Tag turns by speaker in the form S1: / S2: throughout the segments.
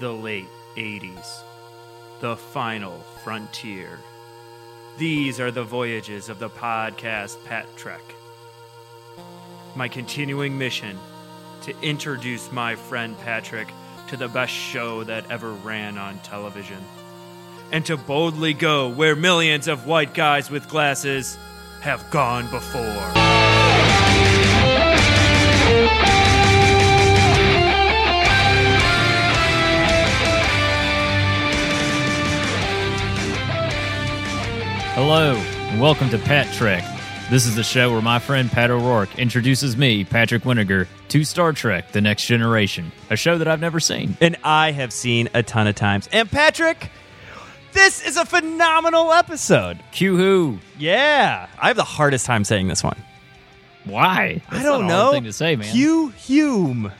S1: the late 80s, the final frontier. These are the voyages of the podcast Pat Trek. My continuing mission to introduce my friend Patrick to the best show that ever ran on television, and to boldly go where millions of white guys with glasses have gone before.
S2: Hello, and welcome to Pat Trek. This is the show where my friend Pat O'Rourke introduces me, Patrick Winiger, to Star Trek The Next Generation, a show that I've never seen.
S3: and I have seen a ton of times. And Patrick, this is a phenomenal episode.
S2: Q Who?
S3: Yeah, I have the hardest time saying this one.
S2: Why?
S3: I
S2: That's
S3: don't
S2: not a hard
S3: know.
S2: thing to say, man.
S3: Hugh Hume.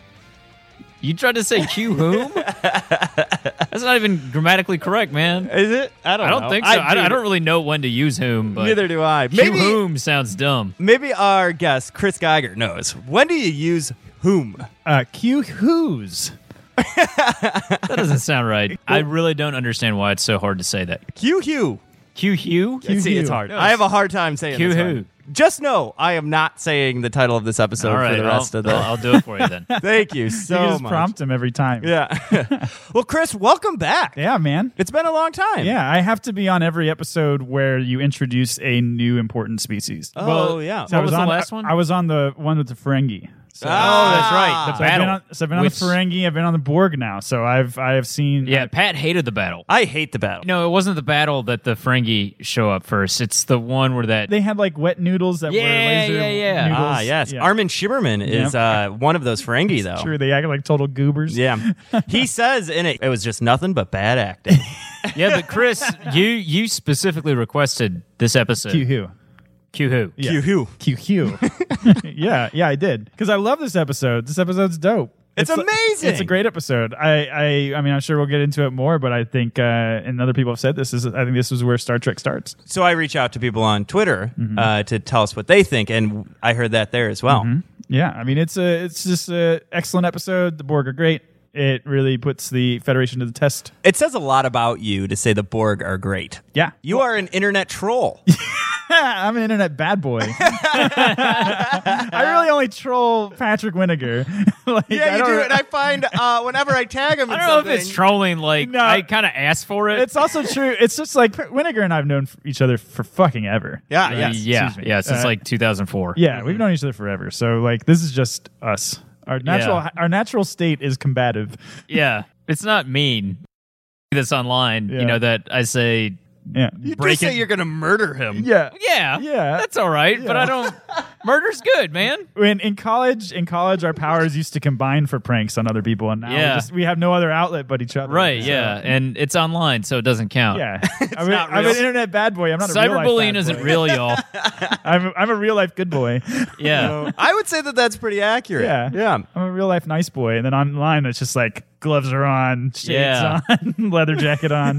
S2: you tried to say Q Whom? That's not even grammatically correct, man.
S3: Is it? I don't.
S2: I don't
S3: know.
S2: think so. I,
S3: do-
S2: I don't really know when to use whom, but
S3: Neither do I.
S2: Q
S3: Maybe.
S2: Whom sounds dumb.
S3: Maybe our guest Chris Geiger knows. When do you use whom?
S4: Uh, Q who's?
S2: That doesn't sound right. I really don't understand why it's so hard to say that.
S3: Q Hugh.
S2: Q Who?
S3: See, it's
S4: Hugh.
S3: hard. I have a hard time saying
S2: Hugh
S3: this
S2: who?
S3: one. Just know I am not saying the title of this episode
S2: All
S3: for
S2: right,
S3: the rest
S2: I'll,
S3: of the.
S2: I'll, I'll do it for you then.
S3: Thank you
S4: You
S3: so
S4: can just
S3: much.
S4: prompt him every time.
S3: Yeah. well, Chris, welcome back.
S4: Yeah, man.
S3: It's been a long time.
S4: Yeah, I have to be on every episode where you introduce a new important species.
S3: Oh yeah.
S2: What was the
S4: on,
S2: last one?
S4: I, was on the one with the Ferengi. So,
S3: Ah,
S2: The
S3: that's right.
S4: so I've
S2: battle.
S4: been on, so I've been on
S2: which-
S4: the Ferengi. I've been on the Borg now. So I've I have seen.
S2: Yeah, Pat hated the battle.
S3: I hate the battle.
S2: No, it wasn't the battle that the Ferengi show up first. It's the one where that
S4: they had like wet noodles that
S2: Yeah,
S4: were laser
S2: yeah, yeah.
S4: noodles.
S3: Ah, yes.
S4: Yeah.
S3: Armin Shimerman is uh, one of those Ferengi, though.
S4: True, they act like total goobers.
S3: Yeah. he says in it, it was just nothing but bad acting.
S2: yeah. But Chris, you you specifically requested this episode.
S4: Q who?
S2: Q who?
S4: Yeah.
S3: Q-Who.
S4: QQ. yeah, yeah, I did because I love this episode. This episode's dope.
S3: It's
S4: a-
S3: amazing.
S4: it's a great episode. I, I, I mean, I'm sure we'll get into it more, but I think, uh, and other people have said this is, I think this is where Star Trek starts.
S3: so I reach out to people on Twitter
S2: Mm-hmm.
S3: uh, to tell us what they think, and I heard that there as well.
S2: Mm-hmm.
S4: Yeah, I mean, it's a, it's just a excellent episode. The Borg are great. It really puts the Federation to the test.
S3: It says a lot about you to say the Borg are great.
S4: Yeah,
S3: You are an internet troll.
S4: I'm an internet bad boy. I really only troll Patrick Winiger. like, I don't-
S3: find uh, whenever I tag him,
S2: I don't know if it's trolling. Like
S4: No.
S2: I kind of asked for it.
S4: It's also true. It's just like Winiger and I've known f- each other for fucking ever.
S3: Yeah,
S2: Uh,
S3: yes.
S2: yeah,
S4: excuse me.
S2: yeah. Since
S4: Uh,
S2: like 2004.
S4: Yeah, we've known each other forever. So like this is just us. Our natural
S2: Mm-hmm. Yeah.
S4: our natural state is combative.
S2: yeah. It's not mean. That's online.
S4: Yeah.
S2: You know that I say.
S4: Yeah.
S2: break it.
S3: going to murder him.
S4: Yeah.
S2: yeah,
S4: Yeah.
S2: That's all right. But
S4: Yeah.
S2: I don't. Murder's good, man.
S4: When in college in college our powers used to combine for pranks on other people and now
S2: Yeah.
S4: we, just, we have no other outlet but each other.
S2: Right.
S4: So,
S2: Yeah, and it's online, so it doesn't count.
S4: Yeah. I mean,
S3: not
S4: I'm
S3: real.
S4: an internet bad boy. I'm not a real life
S2: Cyberbullying
S4: bad
S2: isn't
S4: boy.
S2: real, y'all.
S4: I'm I'm a real life good boy.
S2: Yeah.
S3: I would say that that's pretty accurate.
S4: Yeah.
S3: Yeah.
S4: I'm a real life nice boy. And then online it's just like gloves are on, shades
S2: Yeah.
S4: on, leather jacket on.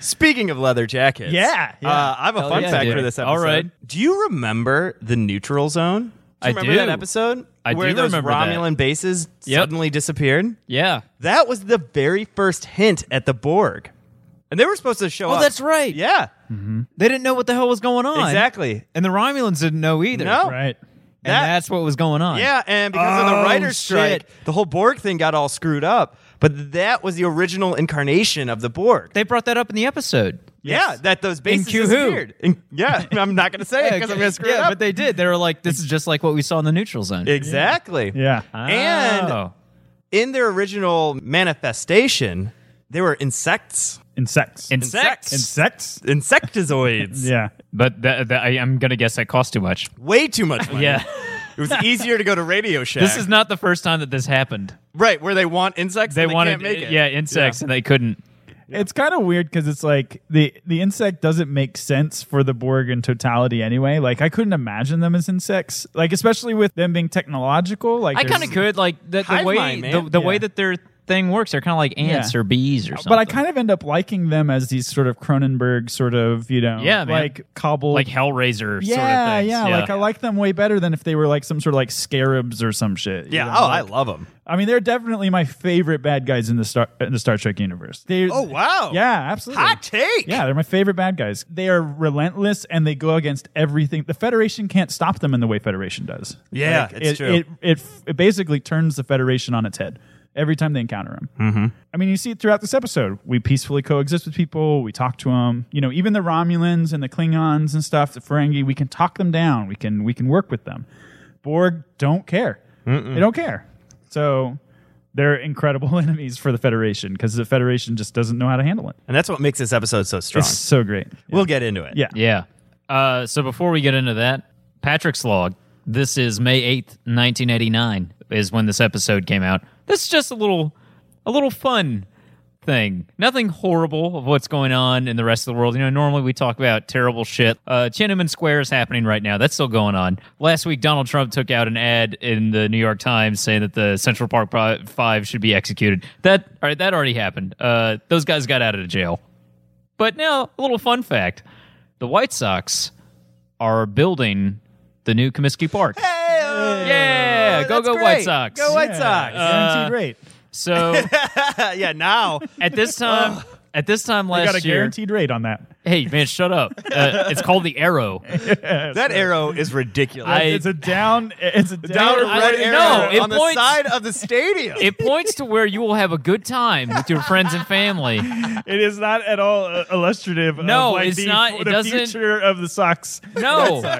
S3: Speaking of leather jackets,
S4: Yeah, yeah.
S3: Uh, I have a
S2: Hell
S3: fun
S2: yeah,
S3: fact
S2: dude.
S3: for this episode.
S2: All right.
S3: do you remember the neutral zone?
S2: I
S3: Do you remember
S2: do.
S3: that episode
S2: I
S3: where
S2: do
S3: those
S2: remember that.
S3: Romulan bases
S2: Yep.
S3: suddenly disappeared.
S2: yeah.
S3: That was the very first hint at the Borg, and they were supposed to show up.
S2: right.
S3: Yeah,
S2: They didn't know what the hell was going on.
S3: exactly.
S2: And the Romulans didn't know either.
S3: No.
S4: right.
S2: And
S3: That-
S2: that's what was going on.
S3: Yeah, and because of the
S2: Oh,
S3: writer's strike,
S2: shit.
S3: the whole Borg thing got all screwed up. But that was the original incarnation of the Borg.
S2: They brought that up in the episode.
S3: Yeah, that those bases
S2: Q-Who.
S3: disappeared. In- yeah, I'm not going to say it because I'm going to screw
S2: yeah,
S3: it up.
S2: but they did. They were like, this is just like what we saw in the neutral zone.
S3: exactly.
S4: Yeah.
S3: And-
S2: Oh.
S3: in their original manifestation, they were insects,
S4: Insects.
S2: Insects.
S4: Insects?
S3: insectoids.
S4: Yeah.
S2: But that, that, I, I'm going to guess that cost too much.
S3: Way too much money.
S2: Yeah.
S3: It was easier to go to Radio Shack.
S2: this is not the first time that this happened.
S3: right where they want insects.
S2: They,
S3: and
S2: wanted,
S3: can't make it.
S2: yeah, insects, and they couldn't.
S4: It's kind of weird because it's like the the insect doesn't make sense for the Borg in totality anyway. Like I couldn't imagine them as insects, like especially with them being technological. Like
S2: I
S4: there's-
S2: kind of could like the, the
S3: Hive
S2: way
S3: mind,
S2: the,
S3: man.
S2: the
S4: Yeah.
S2: way that their thing works. They're kind of like ants
S4: Yeah.
S2: or bees or something.
S4: But I kind of end up liking them as these sort of Cronenberg sort of, you know,
S2: Yeah, man.
S4: like cobbled
S2: like Hellraiser
S4: yeah,
S2: sort of things.
S4: yeah, Like I like them way better than if they were like some sort of like scarabs or some shit. you
S3: Yeah.
S4: know?
S3: Oh, I
S4: Like-
S3: love them.
S4: I mean, they're definitely my favorite bad guys in the Star in the Star Trek universe. They,
S3: Oh, wow.
S4: yeah, absolutely.
S3: Hot take.
S4: Yeah, they're my favorite bad guys. They are relentless and they go against everything. The Federation can't stop them in the way Federation does.
S3: Yeah, it's
S4: it,
S3: true.
S4: It, it, it basically turns the Federation on its head every time they encounter him. Mm-hmm. I mean, you see it throughout this episode. We peacefully coexist with people. We talk to them. You know, even the Romulans and the Klingons and stuff, the Ferengi. We can talk them down. We can we can work with them. Borg don't care. They don't care. So. They're incredible enemies for the Federation because the Federation just doesn't know how to handle it.
S3: And that's what makes this episode so strong.
S4: It's so great.
S3: We'll get into it.
S4: Yeah.
S2: Yeah. Uh, so before we get into that, Patrick's log. This is May eighth, nineteen eighty nine, is when this episode came out. This is just a little, a little fun thing. Nothing horrible of what's going on in the rest of the world. You know, normally we talk about terrible shit. Uh, Tiananmen Square is happening right now. That's still going on. Last week, Donald Trump took out an ad in the New York Times saying that the Central Park Fi- Five should be executed. That all right? That already happened. Uh, those guys got out of jail. But now, a little fun fact the White Sox are building the new Comiskey Park.
S3: Hey-oh.
S2: Yeah, go
S3: That's
S2: go
S3: great.
S2: White Sox.
S3: Go White
S4: Yeah,
S3: Sox. Uh,
S4: Guaranteed rate.
S2: So
S3: yeah, now
S2: at this time, at this time
S4: I
S2: last
S4: Oh. got a
S2: year,
S4: guaranteed rate on that.
S2: hey man, shut up. Uh, it's called the Arrow.
S3: that arrow is ridiculous.
S2: I-
S4: it's a down. It's a down.
S3: Down
S2: I-
S3: red
S2: no,
S3: arrow
S2: it
S3: on
S2: points-
S3: the side of the stadium.
S2: It points to where you will have a good time with your friends and family.
S4: It is not at all uh, illustrative.
S2: No,
S4: of like
S2: it's
S4: the,
S2: not. It
S4: the
S2: doesn't-
S4: future of the Sox.
S2: No,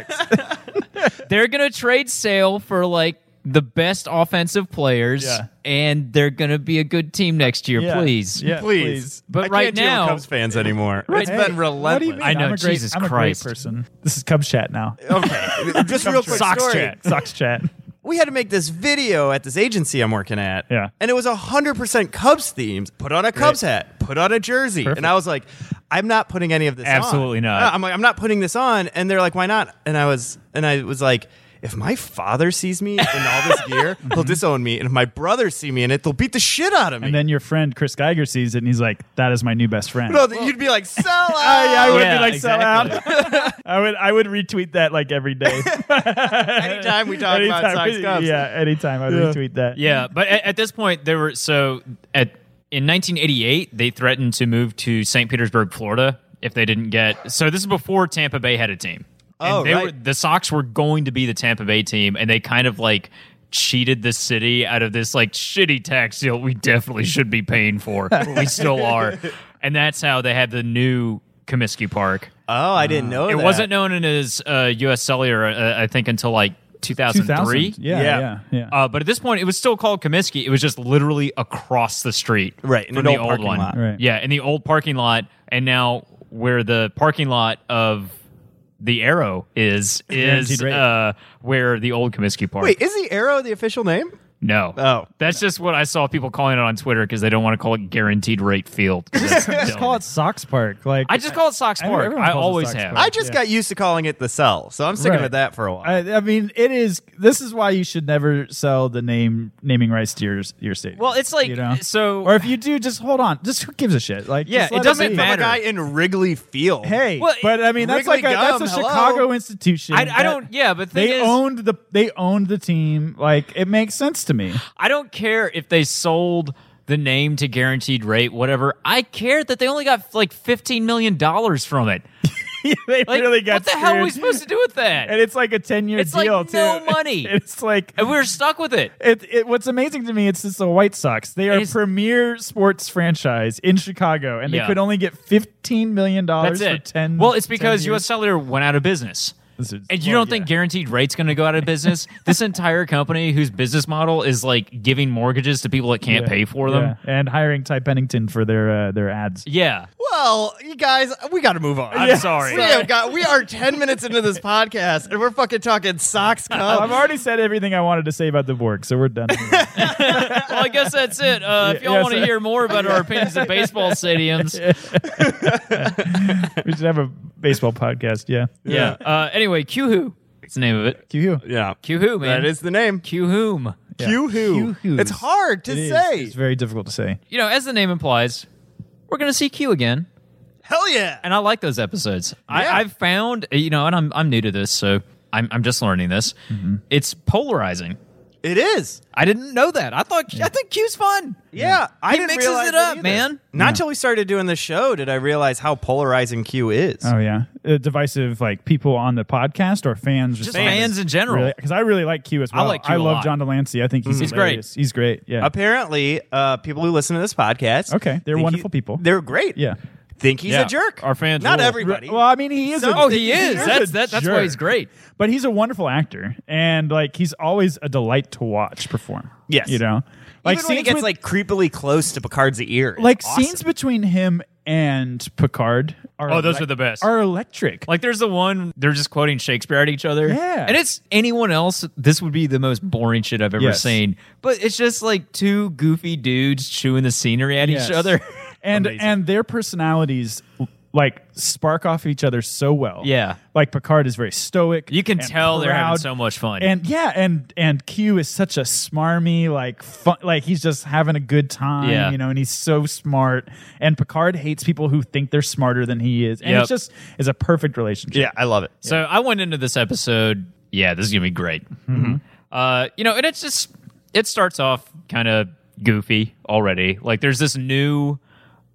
S2: they're gonna trade Sale for like the best offensive players,
S4: Yeah.
S2: and they're gonna be a good team next year.
S4: Yeah.
S2: Please,
S4: Yeah,
S3: please.
S2: But
S3: I
S2: right
S3: can't deal with
S2: now-
S3: Cubs fans anymore. it's
S4: Hey,
S3: been
S4: What do you
S3: relentless.
S4: mean?
S2: I know,
S4: I'm a great,
S2: Jesus
S4: I'm a great
S2: Christ.
S4: person. This is Cubs chat now.
S3: Okay, just real quick
S2: Sox
S3: story.
S2: chat.
S4: Sox chat.
S3: We had to make this video at this agency I'm working at.
S4: Yeah.
S3: and it was hundred percent Cubs themed. Put on a Cubs hat. Put on a jersey.
S4: Perfect.
S3: And I was like, I'm not putting any of this. on.
S2: Absolutely not.
S3: I'm like, I'm not putting this on. And they're like, Why not? And I was, and I was like. If my father sees me in all this gear, he'll disown me. And if my brothers see me in it, they'll beat the shit out of me.
S4: And then your friend Chris Geiger sees it, and he's like, "That is my new best friend."
S3: no, th- you'd be like, sell out.
S4: I, I would
S2: Yeah,
S4: be like,
S2: exactly.
S4: "Sell out." I would. I would retweet that like every day.
S3: Anytime we talk about Sox Cubs.
S4: yeah, anytime I would retweet that.
S2: Yeah, but at, at this point, there were so at in 1988 they threatened to move to St. Petersburg, Florida, if they didn't get. So this is before Tampa Bay had a team. And
S3: Oh,
S2: they
S3: right.
S2: were the Sox were going to be the Tampa Bay team, and they kind of like cheated the city out of this like shitty tax deal we definitely should be paying for. we still are, and that's how they had the new Comiskey Park.
S3: Oh, I didn't know
S2: It
S3: that.
S2: wasn't known as uh, U.S. Cellular, uh, I think, until like 2003.
S4: 2000. Yeah,
S3: Yeah.
S4: yeah, yeah.
S2: Uh, but at this point, it was still called Comiskey. It was just literally across the street,
S3: Right, in
S2: from
S3: an
S2: the
S3: old
S2: old
S3: parking
S2: one.
S3: lot.
S4: Right.
S2: Yeah, in the old parking lot, and now where the parking lot of the Arrow is is
S4: Guaranteed rate.
S2: uh, where the old Comiskey Park.
S3: Wait, is the arrow the official name?
S2: no,
S3: Oh.
S2: that's just what I saw people calling it on Twitter because they don't want to call it Guaranteed Rate Field. 'cause that's dumb.
S4: Just call it Sox Park. Like
S2: I just call it Sox
S4: I know
S2: Park.
S4: everyone
S2: I
S4: calls it
S2: always
S4: Sox
S2: have.
S4: Park.
S3: I just
S4: Yeah.
S3: got used to calling it the cell, so I'm sticking
S4: Right.
S3: with that for a while.
S4: I, I mean, it is. This is why you should never sell the name naming rights to your your state.
S2: Well, it's like- so-
S4: or if you do, just hold on. Just who gives a shit? Like,
S2: Yeah,
S4: just
S2: it
S4: let
S2: doesn't
S4: be.
S3: I'm a
S2: matter.
S3: guy in Wrigley Field.
S4: Hey,
S2: Well,
S4: but I mean, that's
S3: Wrigley
S4: like a,
S3: gum,
S4: that's a
S3: hello?
S4: Chicago institution.
S2: I- I
S4: that-
S2: don't- yeah, but the thing
S4: they
S2: is-
S4: owned the they owned the team. Like, it makes sense to me.
S2: I don't care if they sold the name to guaranteed rate, whatever. I care that they only got like fifteen million dollars from it.
S4: they
S2: Like,
S4: really got
S2: what the hell are we
S4: screwed.
S2: supposed to do with that?
S4: And it's like a ten year
S2: It's like
S4: deal.
S2: no
S4: too.
S2: money.
S4: it's like
S2: And we were stuck with it.
S4: It, it, what's amazing to me, it's just the White Sox. They are
S2: It
S4: a
S2: is-
S4: premier sports franchise in Chicago, and
S2: Yeah.
S4: they could only get fifteen million dollars
S2: That's
S4: for
S2: it.
S4: ten.
S2: well, it's because U.S.
S4: 10 years.
S2: Cellular went out of business.
S4: This is-
S2: And you
S4: well,
S2: don't think
S4: yeah.
S2: Guaranteed Rate's going to go out of business? this entire company, whose business model is like giving mortgages to people that can't
S4: Yeah.
S2: pay for them.
S4: Yeah. and hiring Ty Pennington for their uh, their ads.
S2: Yeah.
S3: Well, you guys, we got to move on.
S2: I'm
S3: Yeah.
S2: sorry.
S3: We, have got, we are 10 minutes into this podcast, and we're fucking talking Sox
S4: Well, I've
S3: Cubs.
S4: already said everything I wanted to say about the Borg, so we're done.
S2: well, I guess that's it. Uh, if
S4: Yeah,
S2: y'all
S4: yes,
S2: want to
S4: sir.
S2: hear more about our opinions of baseball stadiums,
S4: we should have a baseball podcast. Yeah,
S2: yeah. Uh, anyway, Q Who. It's the name of it.
S4: Q.
S3: yeah.
S2: Q Who, man.
S3: That is the name.
S2: Q Whom.
S3: Q-hoo.
S4: Q-hoos.
S3: It's hard to
S4: It is.
S3: say.
S4: It's very difficult to say.
S2: You know, as the name implies, we're going to see Q again.
S3: Hell yeah.
S2: and I like those episodes.
S3: Yeah.
S2: I, I've found, uh, you know, and I'm I'm new to this, so I'm I'm just learning this.
S4: Mm-hmm.
S2: It's polarizing.
S3: It is.
S2: I didn't know that. I thought I think Q's fun.
S3: Yeah, I
S2: He
S3: didn't
S2: mixes
S3: realize
S2: it
S3: that
S2: up,
S3: either.
S2: man.
S3: Not till we started doing the show did I realize how polarizing Q is.
S4: Oh yeah, uh, divisive like people on the podcast or fans.
S2: Just fans in general.
S4: Because I really like Q as well.
S2: like Q a
S4: love
S2: lot.
S4: John Delancey. I think he's
S2: He's great.
S4: hilarious. He's great. Yeah.
S3: Apparently, uh, people who listen to this podcast,
S4: Okay, they're
S3: think
S4: wonderful
S3: he-
S4: people.
S3: They're great.
S4: yeah.
S3: think he's
S2: Yeah,
S3: a jerk.
S5: our fans
S3: not
S5: rule.
S3: everybody.
S4: Well, I mean, he is. a-
S2: Oh, he is.
S4: a
S2: That's that, that's why he's
S4: jerk.
S2: great.
S4: But he's a wonderful actor, and like he's always a delight to watch perform.
S3: Yes.
S4: you know,
S3: Even when
S4: like
S3: he
S4: scenes
S3: gets
S4: with-
S3: like creepily close to Picard's ear, it's
S4: like
S3: awesome.
S4: scenes between him and Picard are
S2: Oh, those
S4: elec-
S2: are the best.
S4: Are electric.
S2: Like there's the one they're just quoting Shakespeare at each other.
S4: Yeah.
S2: And it's anyone else, this would be the most boring shit I've ever
S4: Yes.
S2: seen. But it's just like two goofy dudes chewing the scenery at
S4: Yes.
S2: each other.
S4: and
S5: Amazing.
S4: and their personalities like spark off each other so well.
S2: Yeah.
S4: like Picard is very stoic.
S2: You can
S4: and
S2: tell they're having
S4: proud.
S2: so much fun.
S4: And yeah, and and Q is such a smarmy, like fun, like he's just having a good time,
S2: Yeah.
S4: you know, and he's so smart. And Picard hates people who think they're smarter than he is, and
S2: Yep.
S4: it's just is a perfect relationship.
S3: yeah, I love it.
S2: So I went into this episode. Yeah, this is gonna be great.
S4: Mm-hmm.
S2: Uh, you know, and it's just it starts off kind of goofy already. Like there's this new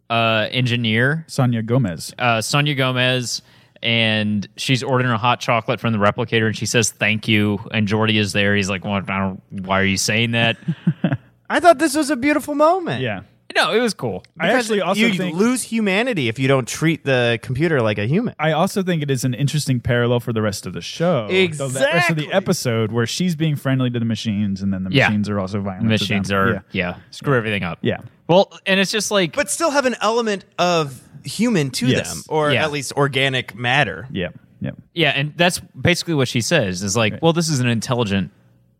S2: uh, engineer,
S4: Sonia Gomez.
S2: uh, Sonia Gomez, and she's ordering a hot chocolate from the replicator, and she says thank you. And Jordy is there. He's like, well, I don't, why are you saying that?
S3: I thought this was a beautiful moment.
S4: Yeah,
S2: no, it was cool.
S4: I actually also
S3: you
S4: think
S3: lose humanity if you don't treat the computer like a human.
S4: I also think it is an interesting parallel for the rest of the show. The le- rest of
S3: Exactly.
S4: the episode where she's being friendly to the machines and then the
S2: Yeah.
S4: machines are also violent.
S2: Machines
S4: to them.
S2: are yeah,
S4: Yeah.
S2: screw everything up.
S4: Yeah.
S2: Well, and it's just like
S3: but still have an element of human to
S4: Yes.
S3: them, or
S2: Yeah.
S3: at least organic matter.
S4: Yeah. Yeah.
S2: Yeah, and that's basically what she says is like, well, this is an intelligent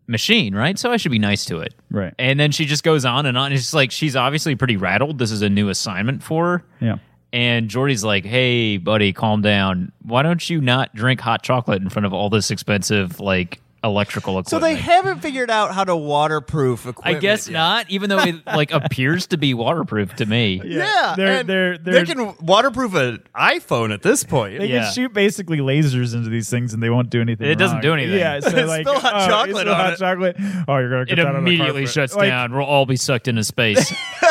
S2: machine, right? So I should be nice to it.
S4: Right.
S2: And then she just goes on and on. And it's just like, she's obviously pretty rattled. This is a new assignment for her.
S4: Yeah.
S2: And Jordy's like, hey, buddy, calm down. Why don't you not drink hot chocolate in front of all this expensive, like, electrical equipment?
S3: So they haven't figured out how to waterproof
S2: I
S3: equipment.
S2: guess
S3: yet.
S2: not, even though it, like, appears to be waterproof to me.
S3: Yeah,
S4: They're-
S3: and
S4: they're-
S3: they
S4: they're-
S3: can waterproof an iPhone at this point.
S4: They
S2: Yeah.
S4: can shoot basically lasers into these things and they won't do anything.
S2: It doesn't
S4: wrong.
S2: do anything.
S4: Yeah, so like
S3: Spill hot
S4: oh, you
S3: chocolate
S4: spill
S3: on
S4: hot
S3: it.
S4: chocolate. Oh, you're gonna get
S2: It
S4: that on the
S2: immediately
S4: carpet.
S2: shuts
S4: Like,
S2: down. We'll all be sucked into space.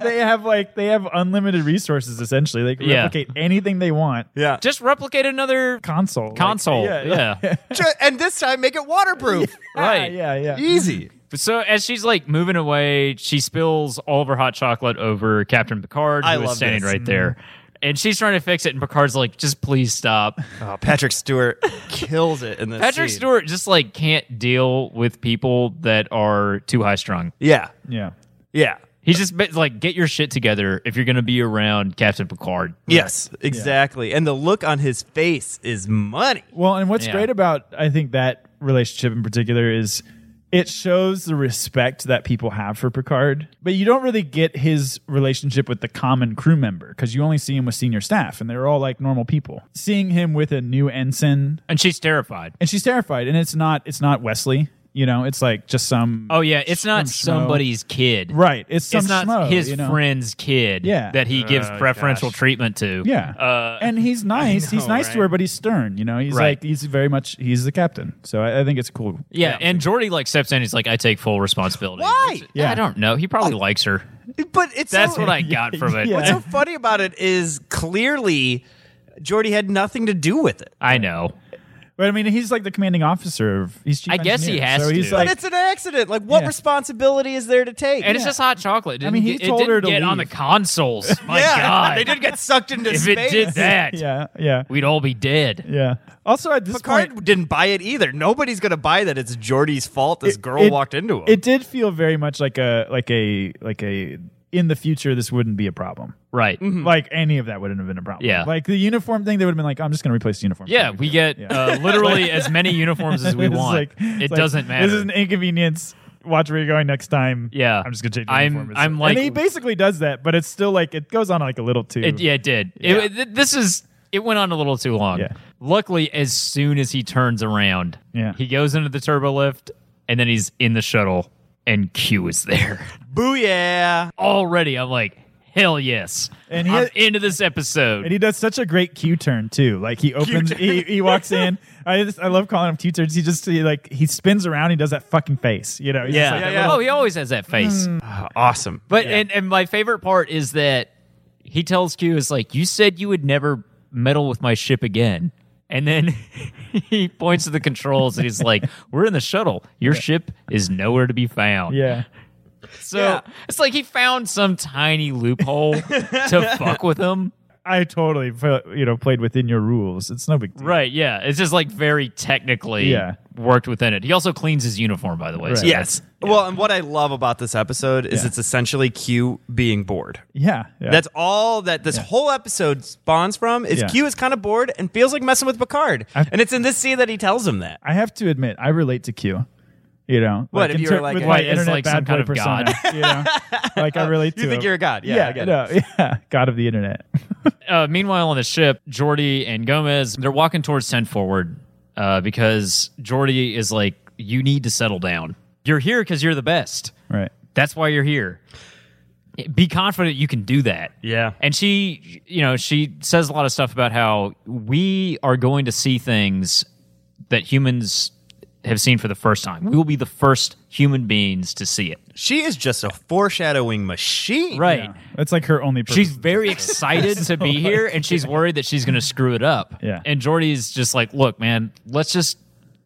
S4: They have like they have unlimited resources essentially. They can
S2: Yeah.
S4: replicate anything they want.
S3: yeah,
S2: Just replicate another
S4: Console. like-
S2: console. yeah.
S3: Ju- and this time make it waterproof.
S2: right.
S4: Yeah. Yeah. yeah.
S3: Easy.
S2: So as she's like moving away, she spills all of her hot chocolate over Captain Picard,
S3: I
S2: who is
S3: love
S2: standing
S3: this.
S2: right there.
S4: Mm-hmm.
S2: And she's trying to fix it, and Picard's like, just please stop.
S3: Oh, Patrick Stewart kills it in this.
S2: Patrick
S3: scene.
S2: Stewart just like can't deal with people that are too high strung.
S3: Yeah,
S4: Yeah.
S3: yeah,
S2: He's just been like, get your shit together if you're gonna be around Captain Picard.
S3: yes, exactly. And the look on his face is money.
S4: Well, and what's
S2: Yeah.
S4: great about I think that relationship in particular is it shows the respect that people have for Picard, but you don't really get his relationship with the common crew member because you only see him with senior staff and they're all like normal people. Seeing him with a new ensign
S2: And she's terrified.
S4: and she's terrified, and it's not it's not Wesley, you know, it's like just some
S2: Oh yeah, it's not
S4: Some schmo.
S2: somebody's kid.
S4: right, it's some
S2: it's not
S4: schmo,
S2: his
S4: you know?
S2: friend's kid
S4: Yeah.
S2: that he gives preferential treatment to.
S4: Yeah,
S2: Uh,
S4: and he's nice. he's
S3: know,
S4: nice to
S3: right?
S4: her, but he's stern. You know, he's
S2: Right.
S4: like he's very much he's the captain. So I, I think it's cool.
S2: Yeah, and Jordy like steps in. He's like, "I take full responsibility."
S3: Why?
S2: It's-
S4: Yeah.
S2: I don't know. He probably likes her.
S3: But it's
S2: That's
S3: so-
S2: what I got from it.
S4: Yeah.
S3: What's so funny about it is clearly Jordy had nothing to do with it.
S2: I know.
S4: But I mean, he's like the commanding officer of. He's chief
S2: I guess he
S4: engineer.
S2: has
S4: so He's
S2: to.
S4: like,
S3: But it's an accident. Like, what
S4: Yeah.
S3: responsibility is there to take?
S2: And it's just hot chocolate. It
S4: I mean,
S2: didn't
S4: he
S2: get-
S4: told
S2: it didn't
S4: her to
S2: get on the
S4: leave.
S2: consoles. My
S3: yeah,
S2: God,
S3: they did get sucked into
S2: If
S3: space.
S2: it did that,
S4: yeah, yeah,
S2: we'd all be dead.
S4: yeah. Also, at this
S3: Picard
S4: point,
S3: didn't buy it either. Nobody's gonna buy that. It's Jordy's fault. This
S4: it-
S3: girl
S4: it-
S3: walked into him.
S4: It did feel very much like a like a like a in the future this wouldn't be a problem.
S2: Right.
S3: Hmm.
S4: Like any of that wouldn't have been a problem.
S2: Yeah.
S4: Like the uniform thing, they would have been like, I'm just going to replace the uniform.
S2: Yeah, we get uh, literally as many uniforms as we
S4: It's
S2: want.
S4: like-
S2: it
S4: it's like,
S2: doesn't matter.
S4: This is an inconvenience. Watch where you're going next time.
S2: Yeah.
S4: I'm just gonna change. the
S2: I'm-
S4: uniform.
S2: I'm like-
S4: and he basically does that, but it's still like it goes on like a little too.
S2: It, yeah, it did. It- It, th- this is. It went on a little too long.
S4: Yeah.
S2: Luckily, as soon as he turns around,
S4: Yeah.
S2: he goes into the turbo lift, and then he's in the shuttle and Q is there.
S3: Booyah!
S2: Already, I'm like, hell yes.
S4: And he-
S2: I'm into this episode.
S4: And he does such a great Q turn too. Like he opens, he, he walks in. I just, I love calling him Q turns. He just he, like he spins around. He does that fucking face. You know. He's just
S2: yeah.
S4: like that
S2: Oh, he always has that face.
S3: Uh, awesome.
S2: But and, and my favorite part is that he tells Q is like, You said you would never meddle with my ship again. And then he points to the controls and he's like, We're in the shuttle. Your ship is nowhere to be found.
S4: little- yeah.
S2: So
S3: Yeah.
S2: it's like he found some tiny loophole to fuck with him.
S4: I totally fe- you know played within your rules. It's no big deal.
S2: Right, yeah. It's just like very technically
S4: Yeah.
S2: worked within it. He also cleans his uniform, by the way. so
S4: Right.
S3: Yes. Well, and what I love about this episode is
S4: Yeah.
S3: it's essentially Q being bored.
S4: Yeah. yeah.
S3: That's all that this whole episode spawns from. Is
S4: Yeah.
S3: Q is kind of bored and feels like messing with Picard,
S4: I-
S3: and it's in this scene that he tells him that.
S4: I have to admit, I relate to Q. You know,
S3: What, if
S4: in
S3: you were
S4: ter-
S3: like
S4: with
S3: a-
S4: my
S2: Right, as
S4: internet
S2: like some
S4: bad
S2: kind
S4: boy
S2: of
S4: persona? You know, like I relate to.
S3: You think
S4: him.
S3: you're a god? Yeah, I
S4: yeah,
S3: get it.
S4: no, yeah, god of the internet.
S2: uh, meanwhile, on the ship, Jordy and Gomez they're walking towards Ten Forward uh, because Jordy is like, "You need to settle down. You're here because you're the best.
S4: right.
S2: That's why you're here. Be confident you can do that."
S3: Yeah.
S2: And she, you know, she says a lot of stuff about how we are going to see things that humans have seen for the first time. We will be the first human beings to see it.
S3: She is just a foreshadowing machine.
S2: Right.
S4: Yeah. That's like her only. Purpose.
S2: She's very excited to be here, and she's worried that she's going to screw it up.
S4: Oh Yeah.
S2: And Jordy's just like, "Look, man, let's just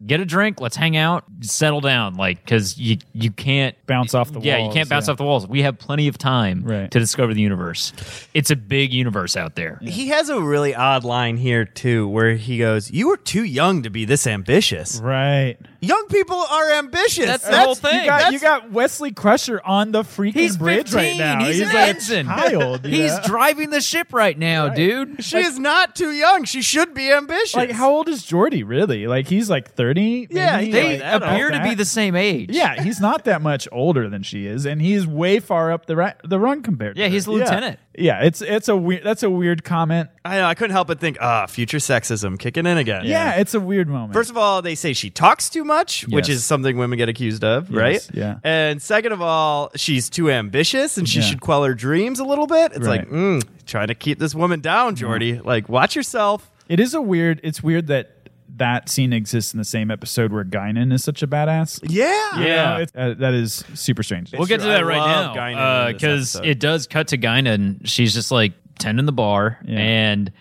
S2: get a drink, let's hang out, settle down, like, because you you can't
S4: Bounce off the
S2: yeah, you
S4: walls,
S2: can't bounce
S4: yeah.
S2: off the walls. We have plenty of time
S4: Right.
S2: to discover the universe. It's a big universe out there.
S3: He has a really odd line here too, where he goes, "You were too young to be this ambitious.
S4: right.
S3: Young people are ambitious.
S2: That's the whole thing.
S4: You got, you
S3: That's-
S4: got Wesley Crusher on the freaking
S2: He's
S4: bridge
S2: 15.
S4: right now.
S2: He's
S4: He's,
S2: an
S4: like
S2: ensign.
S4: a child. you
S2: He's
S4: know?
S2: driving the ship right now, dude.
S3: She is not too young. She should be ambitious.
S4: like how old is Jordy really? Like he's like thirty.
S3: Yeah,
S4: maybe,
S2: They
S4: like,
S3: that
S2: appear
S4: about
S2: to be
S4: that.
S2: the same age.
S4: Yeah, he's not that much older than she is, and he's way far up the ra- the run compared.
S2: Yeah,
S4: to her.
S2: he's a lieutenant.
S4: Yeah, it's it's a weird. That's a weird comment.
S3: I know. I couldn't help but think, ah, future sexism kicking in again.
S4: Yeah, it's a weird moment.
S3: First of all, they say she talks too much, which
S4: Yes.
S3: is something women get accused of, right?
S4: yeah.
S3: And second of all, she's too ambitious and she
S4: Yeah.
S3: should quell her dreams a little bit. It's like,
S4: Right.
S3: mm, trying to keep this woman down, Jordy. Like, watch yourself.
S4: it is a weird. It's weird that that scene exists in the same episode where Guinan is such a badass.
S3: Yeah.
S2: Yeah.
S4: it's, uh, that is super strange.
S2: We'll get
S3: It's
S2: to
S3: true.
S2: that
S3: I
S2: right
S3: love Guinan
S2: now
S3: in this
S2: because
S3: episode.
S2: it does cut to Guinan. and She's just like tending the bar,
S4: Yeah.
S2: and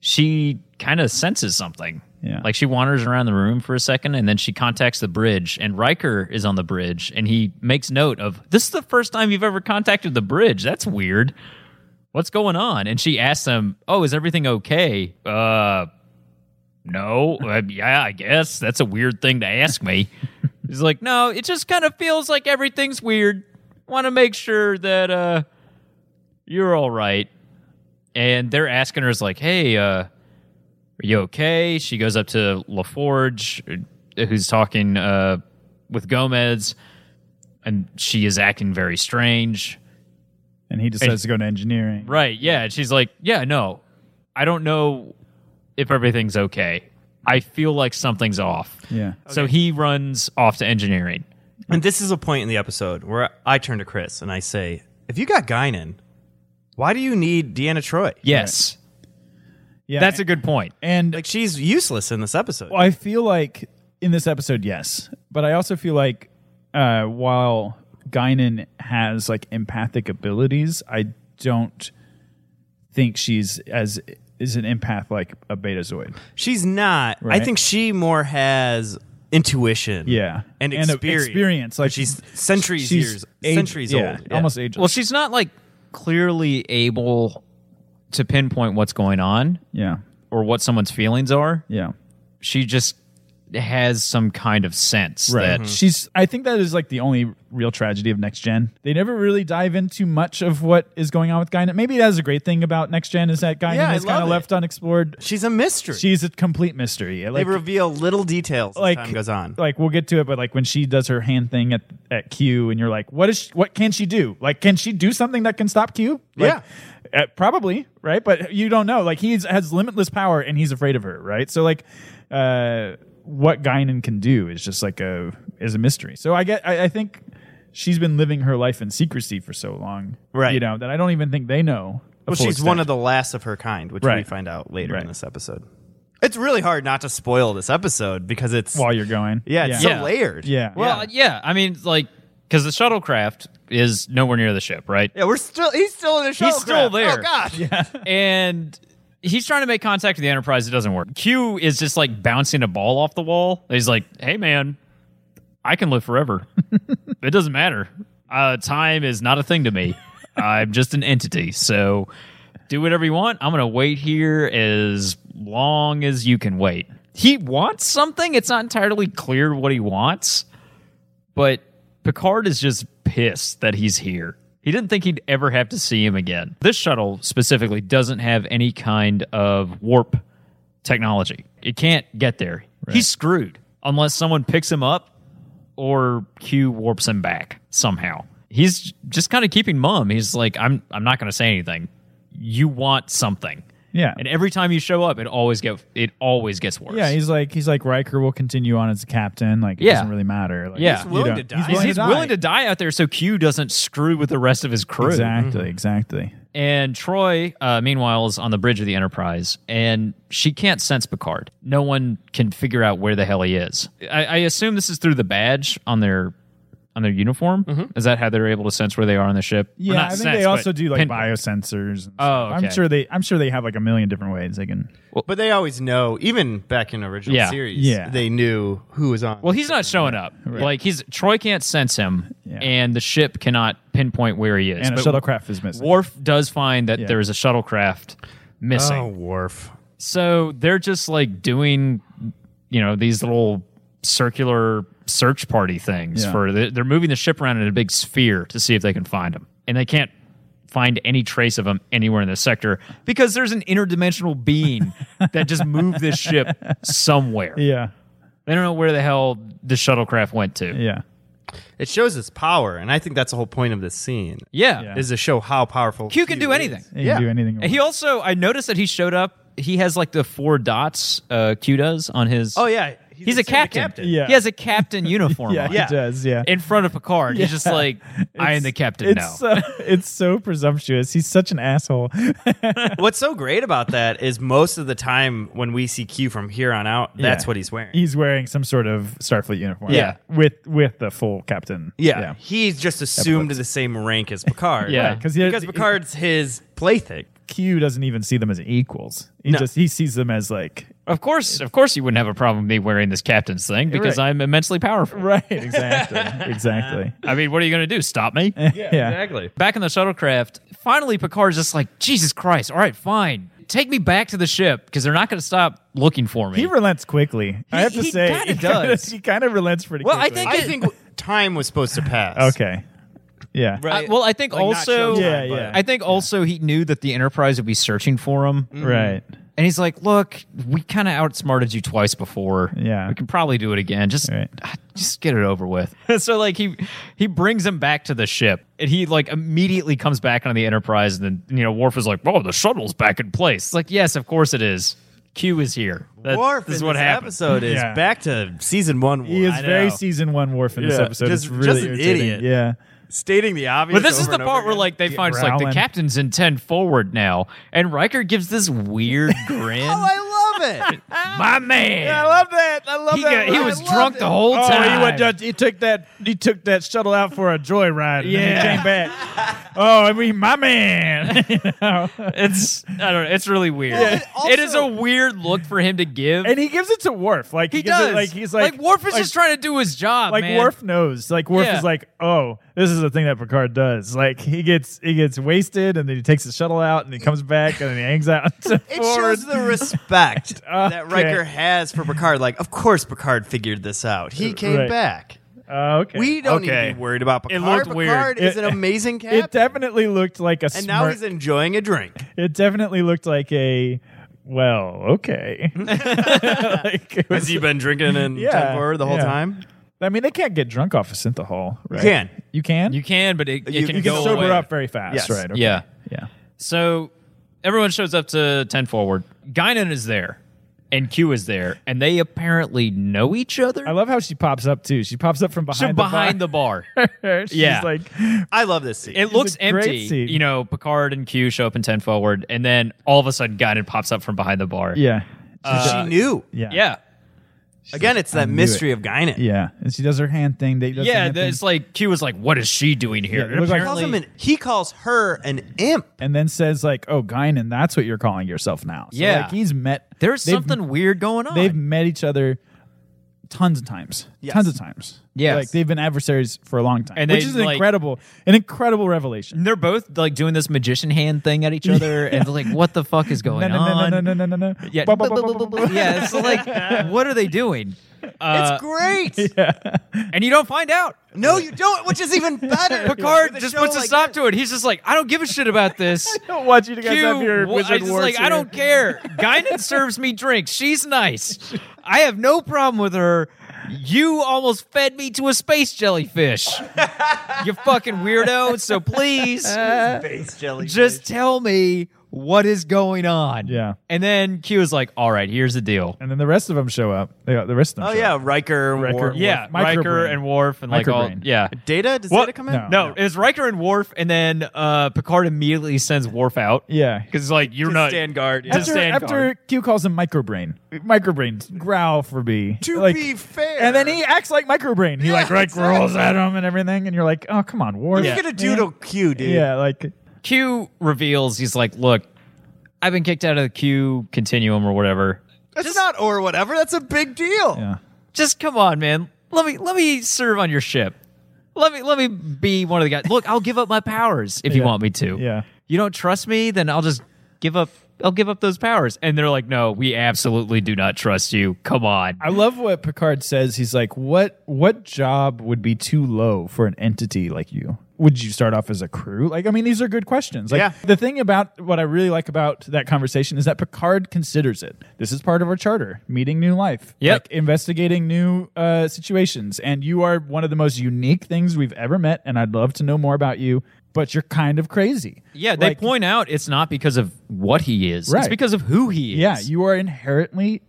S2: she kind of senses something.
S4: Yeah.
S2: Like she wanders around the room for a second, and then she contacts the bridge. And Riker is on the bridge, and he makes note of this is the first time you've ever contacted the bridge. That's weird. What's going on? And she asks him, "Oh, is everything okay?" Uh, no. Uh, yeah, I guess that's a weird thing to ask me. He's like, no, it just kind of feels like everything's weird. Want to make sure that uh, you're all right. And they're asking her, is like, hey, uh, are you okay? She goes up to LaForge, uh, who's talking uh, with Gomez, and she is acting very strange.
S4: and he decides to go to engineering.
S2: Right. Yeah. And she's like, yeah, no, I don't know if everything's okay. I feel like something's off.
S4: Yeah.
S2: So he runs off to engineering.
S3: And this is a point in the episode where I turn to Chris and I say, if you got Guinan, why do you need Deanna Troy?
S2: Yes.
S4: Yeah,
S2: That's a good point.
S4: and
S3: Like, she's useless in this episode.
S4: Well, I feel like in this episode, yes, but I also feel like uh, while Guinan has like empathic abilities, I don't think she's as is an empath like a Betazoid.
S3: She's not. I
S4: Right.
S3: think she more has intuition.
S4: Yeah,
S3: And,
S4: a-
S3: experience.
S4: experience, like
S3: she's centuries
S4: she's
S3: years,
S4: age-
S3: centuries
S4: yeah,
S3: old.
S4: almost ageless.
S2: Well, she's not like clearly able to pinpoint what's going on
S4: yeah,
S2: or what someone's feelings are.
S4: yeah.
S2: She just has some kind of sense that
S4: She's I think that is like the only real tragedy of next gen. They never really dive into much of what is going on with Guinan. Maybe that is a great thing about next gen is that Guinan
S3: Yeah, I
S4: is kind
S3: love
S4: of
S3: it.
S4: left unexplored.
S3: She's a mystery.
S4: She's a complete mystery.
S3: they
S4: Like,
S3: reveal little details as
S4: like
S3: time goes on.
S4: Like we'll get to it, but like when she does her hand thing at at Q, and you're like, what is she, what can she do? Like, can she do something that can stop Q? Like, uh, probably right, but you don't know. Like he has limitless power, and he's afraid of her, right? So like, uh, what Guinan can do is just like a is a mystery. So I get, I, I think. she's been living her life in secrecy for so long,
S3: Right.
S4: You know that I don't even think they know. the
S3: Well,
S4: full
S3: she's one
S4: extent.
S3: of the last of her kind, which we
S4: Right.
S3: find out later in
S4: Right.
S3: this episode. It's really hard not to spoil this episode because it's
S4: while you're going.
S3: yeah, it's
S2: Yeah.
S3: so layered.
S4: Yeah.
S2: Well, yeah. I mean, like, because the shuttlecraft is nowhere near the ship, right?
S3: yeah, we're still he's still in a show.
S2: still there.
S3: Oh god.
S2: and he's trying to make contact with the Enterprise. It doesn't work. Q is just like bouncing a ball off the wall. He's like, "Hey, man, I can live forever. it doesn't matter. Uh, time is not a thing to me. I'm just an entity. So do whatever you want. I'm gonna wait here as long as you can wait." He wants something. It's not entirely clear what he wants, but Picard is just pissed that he's here. He didn't think he'd ever have to see him again. This shuttle specifically doesn't have any kind of warp technology. It can't get there. He's screwed unless someone picks him up or Q warps him back somehow. He's just kind of keeping mum. He's like, I'm I'm not gonna say anything. You want something.
S4: Yeah.
S2: And every time you show up, it always get it always gets worse.
S4: Yeah, he's like he's like Riker will continue on as a captain. Like it
S2: Yeah.
S4: doesn't really matter. Like,
S2: Yeah.
S4: you
S3: willing
S4: don't-
S3: to die.
S4: He's
S2: He's-
S4: willing,
S2: he's
S4: to, die.
S2: willing to die out there so Q doesn't screw with the rest of his crew.
S4: Exactly.
S2: Mm-hmm.
S4: Exactly.
S2: And Troy, uh, meanwhile, is on the bridge of the Enterprise, and she can't sense Picard. No one can figure out where the hell he is. I, I assume this is through the badge on their on their uniform. Is that how they're able to sense where they are on the ship? Or
S4: Mm-hmm. Yeah,
S2: not
S4: I think
S2: sense,
S4: they
S2: but
S4: also do like
S2: pin-
S4: biosensors. And
S2: Oh,
S4: stuff.
S2: okay.
S4: I'm sure they. I'm sure they have like a million different ways they can.
S3: But they always know, even back in original
S2: Yeah.
S3: series,
S4: Yeah.
S3: they knew who was on.
S2: Well, he's not showing up. Like he's Troy can't sense him,
S4: Yeah.
S2: and the ship cannot pinpoint where he is.
S4: And a
S2: But
S4: shuttlecraft is missing.
S2: Worf does find that
S4: Yeah.
S2: there is a shuttlecraft missing.
S3: oh, Worf.
S2: So they're just like doing, you know, these little circular search party things
S4: Yeah.
S2: for they're they're moving the ship around in a big sphere to see if they can find him, and they can't find any trace of him anywhere in this sector because there's an interdimensional being that just moved this ship somewhere.
S4: Yeah.
S2: They don't know where the hell the shuttlecraft went to.
S4: Yeah.
S3: It shows his power, and I think that's the whole point of this scene.
S2: Yeah,
S4: Yeah.
S3: Is to show how powerful
S2: Q can do
S3: is.
S2: anything.
S4: They
S3: Yeah.
S4: can do anything.
S2: And He also, I noticed that he showed up. He has like the four dots uh, Q does on his.
S3: Oh yeah,
S2: he's
S3: the
S2: a
S3: same
S2: captain.
S4: Yeah.
S2: He has a captain uniform
S4: yeah,
S2: on.
S4: he does. Yeah.
S2: in front of Picard. He's just like, I am the captain
S4: it's
S2: now.
S4: So, it's so presumptuous. He's such an asshole.
S3: What's so great about that is most of the time when we see Q from here on out, that's what he's wearing.
S4: He's wearing some sort of Starfleet uniform.
S2: Yeah.
S4: With with the full captain.
S3: yeah. he's just assumed the same rank as Picard.
S2: Yeah.
S3: Like,
S4: 'Cause he-
S3: because Picard's his plaything.
S4: Q doesn't even see them as equals. He
S3: No.
S4: just he sees them as like
S2: of course, of course, you wouldn't have a problem with me wearing this captain's thing because
S4: Right.
S2: I'm immensely powerful.
S4: right. Exactly. exactly.
S2: I mean, what are you going to do? Stop me?
S4: Yeah.
S3: exactly.
S2: back in the shuttlecraft, finally Picard's just like, Jesus Christ! All right, fine, take me back to the ship because they're not going to stop looking for me.
S4: He relents quickly. I have to
S2: he
S4: say,
S2: kinda
S4: he kinda-
S2: does.
S4: he kind of relents pretty.
S2: Well, I
S4: quickly.
S2: think
S3: I think time was supposed to pass.
S4: okay. Yeah.
S2: I- Uh, well, I think
S3: Like, not
S2: also-
S3: showtime,
S4: Yeah,
S3: but-
S4: yeah. Mm-hmm.
S2: I think also he knew that the Enterprise would be searching for him,
S4: Right.
S2: and he's like, "Look, we kind of outsmarted you twice before.
S4: Yeah.
S2: we can probably do it again. Just, uh,
S4: Right.
S2: just get it over with." so like he he brings him back to the ship, and he like immediately comes back on the Enterprise, and then you know Worf is like, "Oh, the shuttle's back in place." It's like, yes, of course it is. Q is here. That,
S3: Worf
S2: this is
S3: in
S2: what
S3: this
S2: happened.
S3: episode is
S4: Yeah.
S3: back to season one.
S4: He
S3: Worf.
S4: is
S3: I know.
S4: very season one Worf in this
S3: Yeah.
S4: episode.
S3: Just-
S4: it's really
S3: just an
S4: irritating.
S3: idiot.
S4: Yeah.
S3: stating the
S2: But
S3: obvious.
S2: this is
S3: over
S2: the
S3: and over
S2: part where
S3: again.
S2: like they find it's like the
S4: growling.
S2: captain's in ten forward now, and Riker gives this weird grin.
S3: Oh, I love it.
S2: My man.
S4: love that. I love
S2: he, got, he
S4: line.
S2: was
S3: I
S2: drunk
S3: loved
S2: the whole
S4: Oh,
S2: time.
S4: he went down, he took that he took that shuttle out for a joyride and then
S2: Yeah.
S4: he came back. Oh, I mean my man. You know?
S2: It's I don't know. It's really weird.
S3: Well, and also-
S2: it is a weird look for him to give.
S4: And he gives it to Worf. Like he,
S2: he
S4: gives
S2: does.
S4: It, like he's like
S2: Worf is just trying to do his job.
S4: like
S2: man.
S4: Worf knows. Like Worf
S2: Yeah.
S4: is like, oh, this is the thing that Picard does. Like he gets he gets wasted and then he takes the shuttle out and he comes back and then he hangs out. it
S3: It shows the respect that
S4: Okay.
S3: Riker has for Picard. Like, of course, Picard figured this out. He came
S4: Right.
S3: back.
S4: Uh, okay.
S3: We don't need
S2: Okay.
S3: to be worried about Picard.
S2: looked weird.
S3: Picard is
S4: It-
S3: an amazing captain.
S4: it definitely looked like a
S3: and now
S4: smirk-
S3: he's enjoying a drink.
S4: it definitely looked like a well, okay. like, it was-
S3: been drinking in
S4: Yeah,
S3: Tempor the whole
S4: yeah.
S3: time?
S4: I mean, they can't get drunk off of synthahol, right?
S3: can.
S4: You can?
S2: You can, but it, it
S3: You-
S2: can
S3: you
S2: go
S3: can
S4: sober
S2: away.
S4: up very fast,
S3: Yes.
S4: right? okay.
S2: Yeah.
S4: Yeah.
S2: So everyone shows up to ten forward. Guinan is there. and Q is there, and they apparently know each other.
S4: I love how she pops up too. She pops up from
S2: so
S4: behind the
S2: behind the bar,
S4: bar. She's
S2: yeah.
S4: like
S3: I love this scene.
S2: it looks
S4: a great
S2: empty.
S4: scene.
S2: You know, Picard and Q show up in ten forward, and then all of a sudden, Guided pops up from behind the bar.
S4: yeah.
S3: Uh, she knew.
S4: Yeah.
S2: yeah,
S3: Again, it's that
S4: knew
S3: mystery of Guinan.
S4: Yeah. And she does her hand thing. They does her
S2: yeah.
S4: hand
S2: It's
S4: thing.
S2: like Q was like, "What is she doing here?"
S4: Yeah, it looks like-
S3: He calls, him an, he calls her an imp.
S4: and then says like, "Oh, Guinan, that's what you're calling yourself now." So,
S2: Yeah.
S4: like, he's met.
S2: There's
S4: they've-
S2: something weird going on.
S4: They've met each other tons of times.
S3: Yes.
S4: Tons of times.
S2: Yes.
S4: Like they've been adversaries for a long time,
S2: And
S4: which
S2: they,
S4: is an
S2: like-
S4: incredible, an incredible revelation.
S2: And they're both like doing this magician hand thing at each other, and like, what the fuck is going on?
S4: no, no, no, no, no.
S2: Yeah,
S4: Ba- ba- ba- ba- ba- ba-
S2: yeah. It's like, what are they doing? Uh,
S3: it's great.
S2: and you don't find out.
S3: No, you don't, which is even better.
S2: Picard
S3: With a
S2: just
S3: show
S2: puts a
S3: like
S2: stop to it. He's just like, I don't give a shit about this.
S4: I don't want you to guys
S2: Q,
S4: have your
S2: wh-
S4: wizard
S2: I just
S4: wars.
S2: like, I
S4: here.
S2: don't care. Guinan serves me drinks. She's nice. I have no problem with her. You almost fed me to a space jellyfish. you fucking weirdo. So please
S3: Space jellyfish.
S2: just tell me what is going on.
S4: Yeah.
S2: And then Q is like, all right, here's the deal.
S4: And then the rest of them show up. They got the rest of them.
S3: Oh
S4: show
S3: yeah,
S4: up.
S3: Riker,
S4: Riker,
S3: Worf.
S2: Yeah.
S4: Microbrain.
S2: Riker and Worf and like all.
S4: Microbrain.
S2: Yeah.
S3: Data? Does
S2: What?
S3: Data come in?
S4: No.
S2: No, it's Riker and Worf, and then uh, Picard immediately sends Worf out.
S4: yeah.
S2: Because, like, you're
S3: To
S2: not.
S3: stand guard. yeah.
S2: Just
S4: After,
S2: stand
S4: after Q calls him microbrain, microbrain growl for B.
S3: To be fair.
S4: and then he acts like microbrain. He
S3: Yeah,
S4: like like
S3: exactly.
S4: rolls at him and everything, and you're like, oh come on, Worf.
S3: What are you
S4: man.
S3: gonna do to Q, dude?
S4: Yeah, like
S2: Q reveals he's like, look, I've been kicked out of the Q continuum or whatever.
S3: That's not or whatever. That's a big deal.
S4: yeah,
S2: Just come on, man. Let me let me serve on your ship. Let me let me be one of the guys. Look, I'll give up my powers if you
S4: Yeah.
S2: want me to.
S4: yeah.
S2: You don't trust me, then I'll just give up I'll give up those powers. And they're like, no, we absolutely do not trust you. Come on.
S4: I love what Picard says. He's like, what what job would be too low for an entity like you? Would you start off as a crew? Like, I mean, these are good questions. Like,
S3: Yeah.
S4: the thing about what I really like about that conversation is that Picard considers it. This is part of our charter, meeting new life,
S2: Yep.
S4: like investigating new uh, situations. And you are one of the most unique things we've ever met. And I'd love to know more about you, but you're kind of crazy.
S2: yeah, they
S4: Like,
S2: point out it's not because of what he is. It's
S4: Right.
S2: because of who he is.
S4: Yeah, you are inherently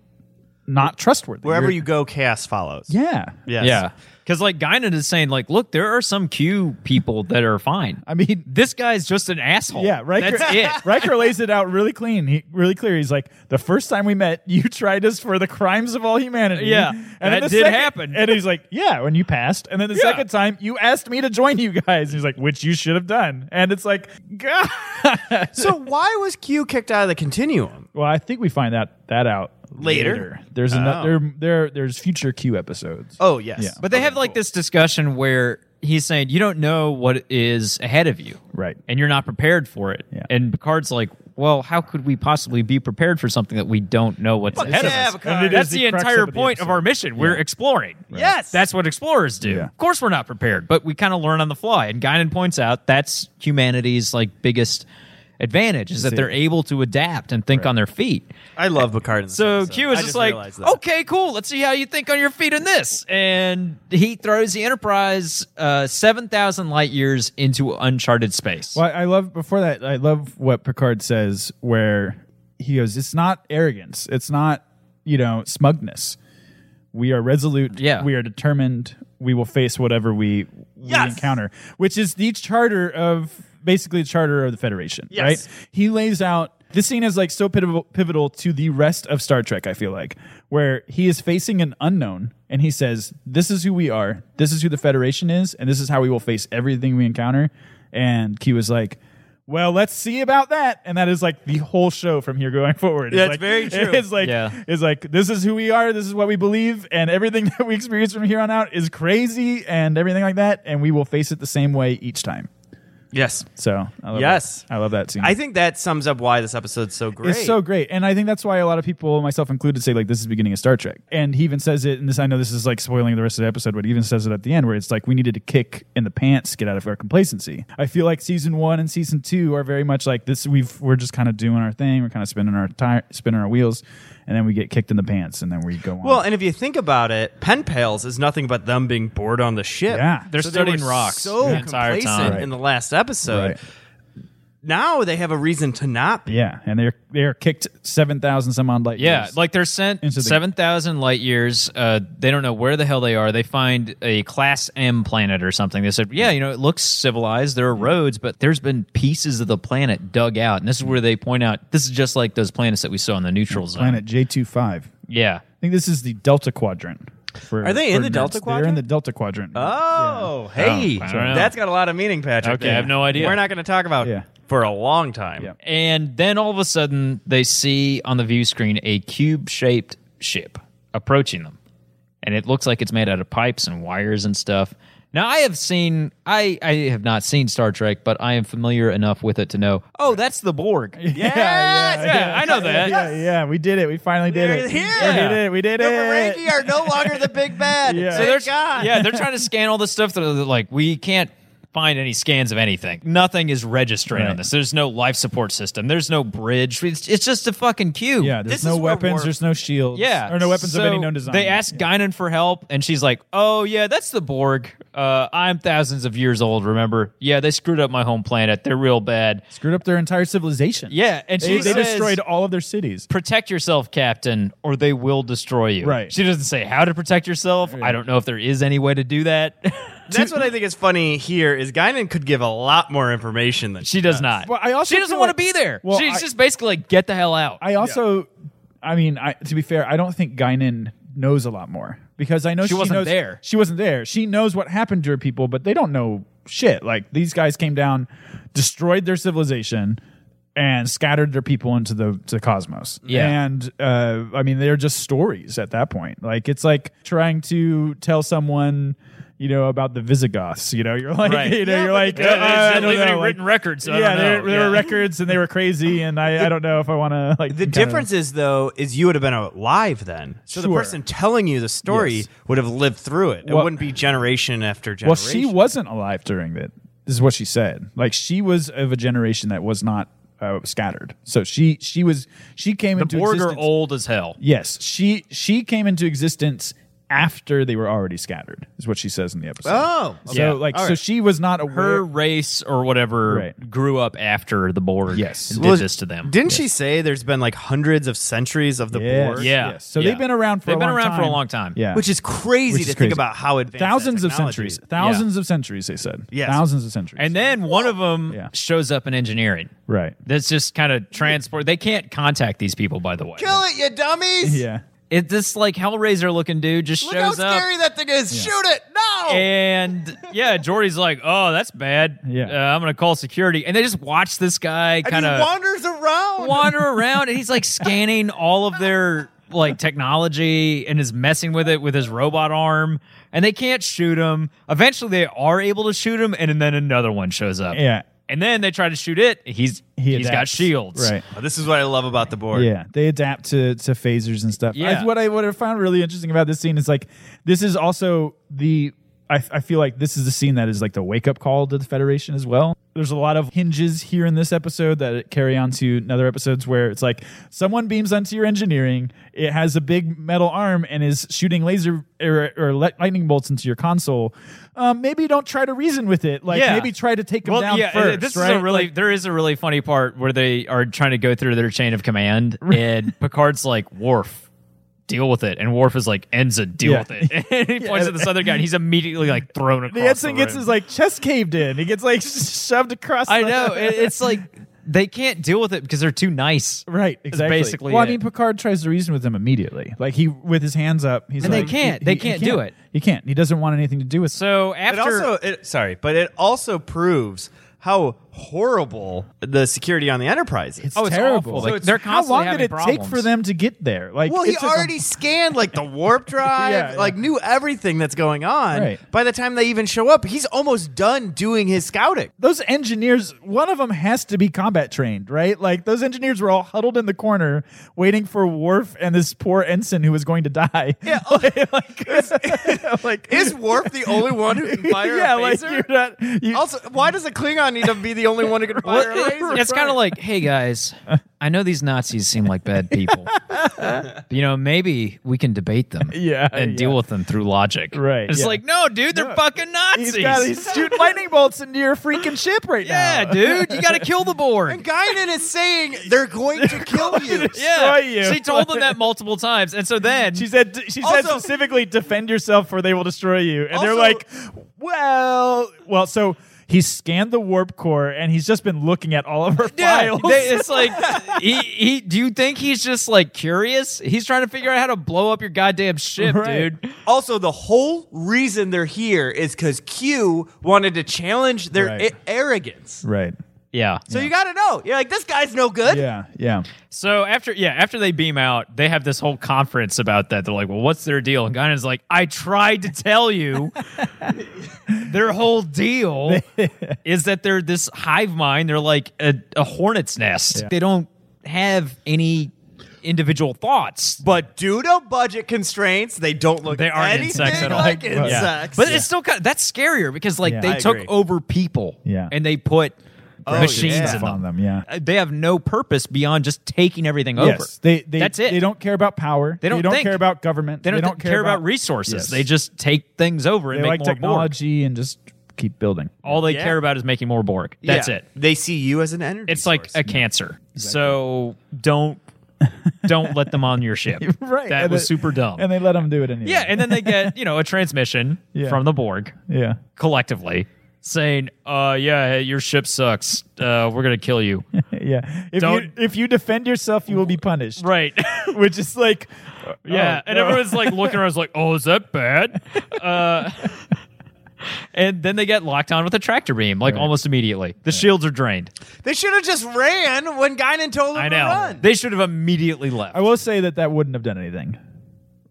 S4: not trustworthy.
S3: Wherever
S4: You're-
S3: you go, chaos follows.
S4: Yeah.
S3: Yes.
S2: Yeah. Because like Guinan is saying, like, look, there are some Q people that are fine.
S4: I mean,
S2: this guy's just an asshole.
S4: Yeah, Riker.
S2: That's it.
S4: Riker lays it out really clean, he, really clear. He's like, the first time we met, you tried us for the crimes of all humanity.
S2: Yeah,
S4: then
S2: that
S4: the
S2: did
S4: second-
S2: happen.
S4: And he's like, yeah, when you passed. And then the
S2: Yeah.
S4: second time, you asked me to join you guys. He's like, which you should have done. And it's like, God.
S3: So why was Q kicked out of the continuum?
S4: well, I think we find that that out
S3: Later.
S4: There's another
S3: Oh.
S4: there, there. There's future Q episodes.
S3: Oh yes.
S4: Yeah.
S2: But they have like this discussion where he's saying, you don't know what is ahead of you.
S4: Right.
S2: And you're not prepared for it.
S4: Yeah.
S2: And Picard's like, well, how could we possibly be prepared for something that we don't know what's ahead
S3: yeah,
S2: of us?
S3: Picard. And it
S2: That's
S4: is
S2: the,
S4: the crux
S2: entire
S4: of the
S2: point of
S4: episode.
S2: our mission. We're exploring.
S3: Yes.
S2: That's what explorers do.
S4: Yeah.
S2: Of course we're not prepared, but we kind of learn on the fly. And Guinan points out that's humanity's like biggest advantage is that they're able to adapt and think on their feet.
S3: I love Picard. In this
S2: So
S3: episode.
S2: Q is
S3: I
S2: just, like,
S3: realized
S4: "Oh,
S3: that.
S2: okay, cool. Let's see how you think on your feet in this. And he throws the Enterprise uh, 7,000 light years into uncharted space.
S4: Well, I love before that. I love what Picard says, where he goes, "It's not arrogance. It's not you know smugness. We are resolute.
S2: Yeah.
S4: we are determined. We will face whatever we, we
S3: Yes.
S4: encounter, which is the charter of basically the charter of the Federation. Right? He lays out." This scene is like so pivotal, pivotal to the rest of Star Trek, I feel like, where he is facing an unknown and he says, This is who we are. This is who the Federation is. And this is how we will face everything we encounter. And Q is like, well, let's see about that. And that is like the whole show from here going forward. It's
S3: That's
S4: like,
S3: very true.
S4: It's like,
S2: Yeah.
S4: it's like, this is who we are. This is what we believe. And everything that we experience from here on out is crazy and everything like that. And we will face it the same way each time.
S3: Yes.
S4: So, I love
S3: Yes.
S4: that. I love that scene.
S3: I think that sums up why this episode's so great.
S4: It's so great. And I think that's why a lot of people, myself included, say, like, this is the beginning of Star Trek. And he even says it, and this I know this is like spoiling the rest of the episode, but he even says it at the end where it's like, we needed to kick in the pants, get out of our complacency. I feel like season one and season two are very much like this. We've, we're just kind of doing our thing. We're kind of spinning our tire, spinning our wheels, and then we get kicked in the pants, and then we go on.
S3: Well, and if you think about it, pen pals is nothing but them being bored on the ship.
S4: Yeah.
S2: They're
S3: so
S2: studying
S3: they were
S2: rocks
S3: So
S2: the entire
S3: complacent
S2: time.
S4: Right.
S3: in the last episode.
S4: Right.
S3: now they have a reason to not be.
S4: Yeah, and they're they're kicked seven thousand some odd light
S2: Yeah,
S4: years.
S2: like they're sent
S4: Into the-
S2: 7,000 light years. Uh, they don't know where the hell they are. They find a Class M planet or something. They said, yeah, you know, it looks civilized. There are roads, but there's been pieces of the planet dug out. And this is where they point out this is just like those planets that we saw in the neutral zone.
S4: planet J 25
S2: Yeah.
S4: I think this is the Delta Quadrant. For,
S3: Are they in the
S4: for nerds.
S3: Delta
S4: They're in
S3: Quadrant?
S4: the Delta Quadrant.
S3: Oh, hey,
S2: Oh, I don't know.
S3: that's got a lot of meaning, Patrick.
S2: Okay, I have no idea.
S3: We're not going to talk about
S4: Yeah.
S3: for a long time.
S4: Yeah.
S2: And then all of a sudden, they see on the view screen a cube shaped ship approaching them. And it looks like it's made out of pipes and wires and stuff. Now, I have seen, I, I have not seen Star Trek, but I am familiar enough with it to know, oh, that's the Borg. Yes!
S4: Yeah, yeah,
S2: I know that.
S4: Yeah, yeah, we did it. We finally did
S3: They're
S4: it.
S3: here.
S4: We did it. We did
S3: The
S4: it.
S3: Ferengi are no longer the big bad.
S4: Yeah.
S3: yeah.
S4: So
S2: they're,
S3: Thank God.
S2: yeah, they're trying to scan all this stuff that that, like we can't find any scans of anything. Nothing is registering on
S4: Right.
S2: this. There's no life support system. There's no bridge. It's, it's just a fucking cube.
S4: Yeah, there's
S3: This
S4: no
S3: is where
S4: weapons.
S3: war-
S4: There's no shields.
S2: Yeah.
S4: or no weapons
S2: So
S4: of any known design.
S2: They asked
S4: Yeah.
S2: Guinan for help, and she's like, "Oh yeah, that's the Borg. Uh, I'm thousands of years old. Remember? Yeah, they screwed up my home planet. They're real bad.
S4: screwed up their entire civilization.
S2: Yeah, and
S4: they,
S2: she
S4: they
S2: says,
S4: destroyed all of their cities.
S2: Protect yourself, Captain, or they will destroy you.
S4: Right.
S2: She doesn't say how to protect yourself. I don't know if there is any way to do that.
S3: That's what I think is funny here is Guinan could give a lot more information than
S2: she does not.
S4: Well, I also
S2: she doesn't
S4: feel
S2: want
S4: like-
S2: to be there.
S4: Well,
S2: she's
S4: I-
S2: just basically like, get the hell out.
S4: I also, I mean, I, to be fair, I don't think Guinan knows a lot more because I know
S2: She
S4: she,
S2: wasn't
S4: knows-
S2: there.
S4: She wasn't there. She knows what happened to her people, but they don't know shit. Like these guys came down, destroyed their civilization, and scattered their people into the to the cosmos.
S2: Yeah.
S4: and uh, I mean, they're just stories at that point. Like it's like trying to tell someone. You know about the Visigoths. You know, you're like,
S2: Right.
S4: you know,
S3: Yeah,
S4: you're
S3: but
S4: like,
S3: they-
S4: uh,
S2: they didn't
S4: I don't
S2: leave
S4: know,
S2: any
S4: like-
S2: written records, so I
S4: yeah,
S2: don't
S4: there,
S2: know.
S4: there were
S2: Yeah.
S4: records, and they were crazy, and I, I don't know if I want to like
S3: The
S4: kinda-
S3: difference is though is you would have been alive then. So the
S4: Sure.
S3: person telling you the story
S4: Yes.
S3: would have lived through it.
S4: Well-
S3: it wouldn't be generation after generation.
S4: Well, she wasn't alive during that. This is what she said. Like she was of a generation that was not uh, scattered. So she she was she came
S2: the
S4: into
S2: Borg are
S4: existence.
S2: old as hell.
S4: Yes, she she came into existence after they were already scattered. Is what she says in the episode.
S3: Oh,
S4: so
S3: okay.
S2: yeah.
S4: like
S3: All
S4: so
S3: right.
S4: she was not aware.
S2: Her race or whatever
S4: Right.
S2: grew up after the Borg.
S4: Yes.
S2: and did
S3: Well,
S2: this to them.
S3: Didn't she say there's been like hundreds of centuries of the
S4: Yes,
S3: Borg?
S2: Yeah.
S4: yes. So
S2: Yeah.
S4: they've been around for
S2: They've
S4: a
S2: been
S4: long
S2: around
S4: time.
S2: for a long time.
S4: Yeah.
S3: Which is crazy
S4: Which is
S3: to
S4: crazy.
S3: think about how advanced that
S4: thousands of
S3: technology
S4: centuries.
S3: is.
S4: Thousands of centuries they said.
S3: Yes.
S4: Thousands of centuries.
S2: And then one of them
S4: Yeah.
S2: shows up in engineering.
S4: right.
S2: That's just kind of transport. They can't contact these people, by the way.
S3: Kill it, you dummies!
S4: Yeah.
S2: It this like Hellraiser looking dude just
S3: Look how
S2: shows up.
S3: scary that thing is! Shoot it! No!
S2: And yeah, Jordy's like, "Oh, that's bad.
S4: Yeah.
S2: Uh, I'm gonna call security." And they just watch this guy
S3: and
S2: kind
S3: he
S2: of
S3: wanders around.
S2: wander around, and he's like scanning all of their like technology and is messing with it with his robot arm. And they can't shoot him. Eventually, they are able to shoot him, and then another one shows up.
S4: Yeah.
S2: And then they try to shoot it. He's
S4: He
S2: he's got
S4: adapts.
S2: shields.
S4: Right.
S3: this is what I love about the Borg.
S4: Yeah, they adapt to to phasers and stuff.
S2: Yeah.
S4: I, what I what I found really interesting about this scene is like this is also the I, I feel like this is the scene that is like the wake up call to the Federation as well. There's a lot of hinges here in this episode that carry on to another episodes where it's like someone beams onto your engineering, it has a big metal arm and is shooting laser or, or li- lightning bolts into your console. Um, maybe don't try to reason with it. Like
S2: Yeah.
S4: maybe try to take them down first.
S2: This
S4: right?
S2: is a really there is a really funny part where they are trying to go through their chain of command, and Picard's like, "Worf, deal with it," and Worf is like, "Enza, deal
S4: Yeah.
S2: with it," and he points at this other guy, and he's immediately like thrown across.
S4: the Edson
S2: the
S4: gets
S2: room.
S4: his like chest caved in. He gets like shoved across.
S2: I
S4: the-
S2: know it, it's like they can't deal with it because they're too nice,
S4: Right, exactly.
S2: basically
S4: well,
S2: it.
S4: I mean, Picard tries to reason with him immediately. Like he, with his hands up, he's
S2: And they
S4: like-
S2: can't. They can't do it.
S4: He can't. He doesn't want anything to do with.
S2: So
S3: It
S2: after
S3: also, it, sorry, but it also proves how horrible the security on the Enterprise is.
S4: it's
S2: oh, it's
S4: terrible.
S2: awful. Like,
S4: it's-
S2: they're
S4: how
S2: constantly
S4: long did
S2: having
S4: it take for
S2: problems.
S4: them to get there? Like,
S3: well,
S4: it
S3: he
S4: took them-
S3: already scanned like the warp drive,
S4: Yeah, yeah.
S3: like knew everything that's going on.
S4: Right.
S3: By the time they even show up, he's almost done doing his scouting.
S4: those engineers. One of them has to be combat trained, right? Like those engineers were all huddled in the corner waiting for Worf and this poor ensign who was going to die. Yeah, like, like
S3: Is Warp the only one who can fire
S4: yeah,
S3: a
S4: like
S3: phaser?
S4: you're not. You,
S2: Oh,
S3: also, why does a Klingon need to be the the only one who can fire a laser.
S2: It's kind of like, hey guys, I know these Nazis seem like bad people. but, you know, maybe we can debate them
S4: Yeah,
S2: and
S4: yeah.
S2: deal with them through logic.
S4: Right,
S2: It's
S4: yeah.
S2: like, no, dude, they're fucking Nazis.
S4: He's got he's shooting lightning bolts into your freaking ship right
S2: yeah,
S4: now.
S2: dude, you got to kill the Borg.
S3: Guinan is saying they're going to kill you.
S2: Yeah,
S4: destroy you.
S2: she told them that multiple times, and so then
S4: She said she said
S3: Also-
S4: specifically defend yourself or they will destroy you. And they're
S3: Also-
S4: like, well, well, so he scanned the warp core and he's just been looking at all of our
S2: Yeah,
S4: files.
S2: they, it's like he, he. Do you think he's just like curious? He's trying to figure out how to blow up your goddamn ship,
S4: Right.
S2: dude.
S3: Also, the whole reason they're here is because Q wanted to challenge their
S4: Right.
S3: a- arrogance.
S4: right.
S2: Yeah.
S3: So you got to know. You're like, this guy's no good.
S4: Yeah, yeah.
S2: So after yeah, after they beam out, they have this whole conference about that. They're like, "Well, what's their deal?" And Guinan's like, "I tried to tell you." their whole deal is that they're this hive mind. They're like a, a hornet's nest.
S4: Yeah.
S2: They don't have any individual thoughts.
S3: But due to budget constraints, they don't look
S2: They aren't
S3: anything
S2: insects at all.
S3: like
S4: Yeah.
S3: insects.
S2: But it's still kind of, that's scarier because like
S4: Yeah.
S2: they
S4: I
S2: took
S3: agree.
S2: over people,
S4: Yeah.
S2: and they put machines
S3: yeah.
S2: in
S4: Stuff on
S2: them.
S4: them, yeah.
S2: Uh, They have no purpose beyond just taking everything over.
S4: Yes, they, they
S2: that's it.
S4: They don't care about power.
S2: They don't think.
S4: care about government.
S2: They don't, th- care, about, resources.
S4: Yes.
S2: They just take things over
S4: They
S2: and make more
S4: like
S2: Borg.
S4: technology and just keep building.
S2: All they
S3: Yeah.
S2: care about is making more Borg. That's it.
S3: They see you as an energy.
S2: It's like a
S3: source.
S2: cancer. So don't don't let them on your ship.
S4: Right.
S2: That
S4: and
S2: was
S4: they-
S2: super dumb.
S4: And they let them do it anyway.
S2: yeah, and then they get, you know, a transmission
S4: Yeah.
S2: from the Borg
S4: yeah.
S2: collectively saying, "Uh yeah, hey, your ship sucks. Uh we're going to kill you."
S4: Yeah. If you
S2: Don't-
S4: if you defend yourself, you will be punished.
S2: right.
S4: Which is like
S2: Yeah,
S4: oh,
S2: and
S4: no.
S2: everyone's like looking around, like, "Oh, is that bad?" Uh, and then they get locked on with a tractor beam, like almost immediately. The shields are drained.
S3: They should have just ran when Guinan told them
S2: I
S3: to
S2: know
S3: run.
S2: they should have immediately left.
S4: I will say that that wouldn't have done anything.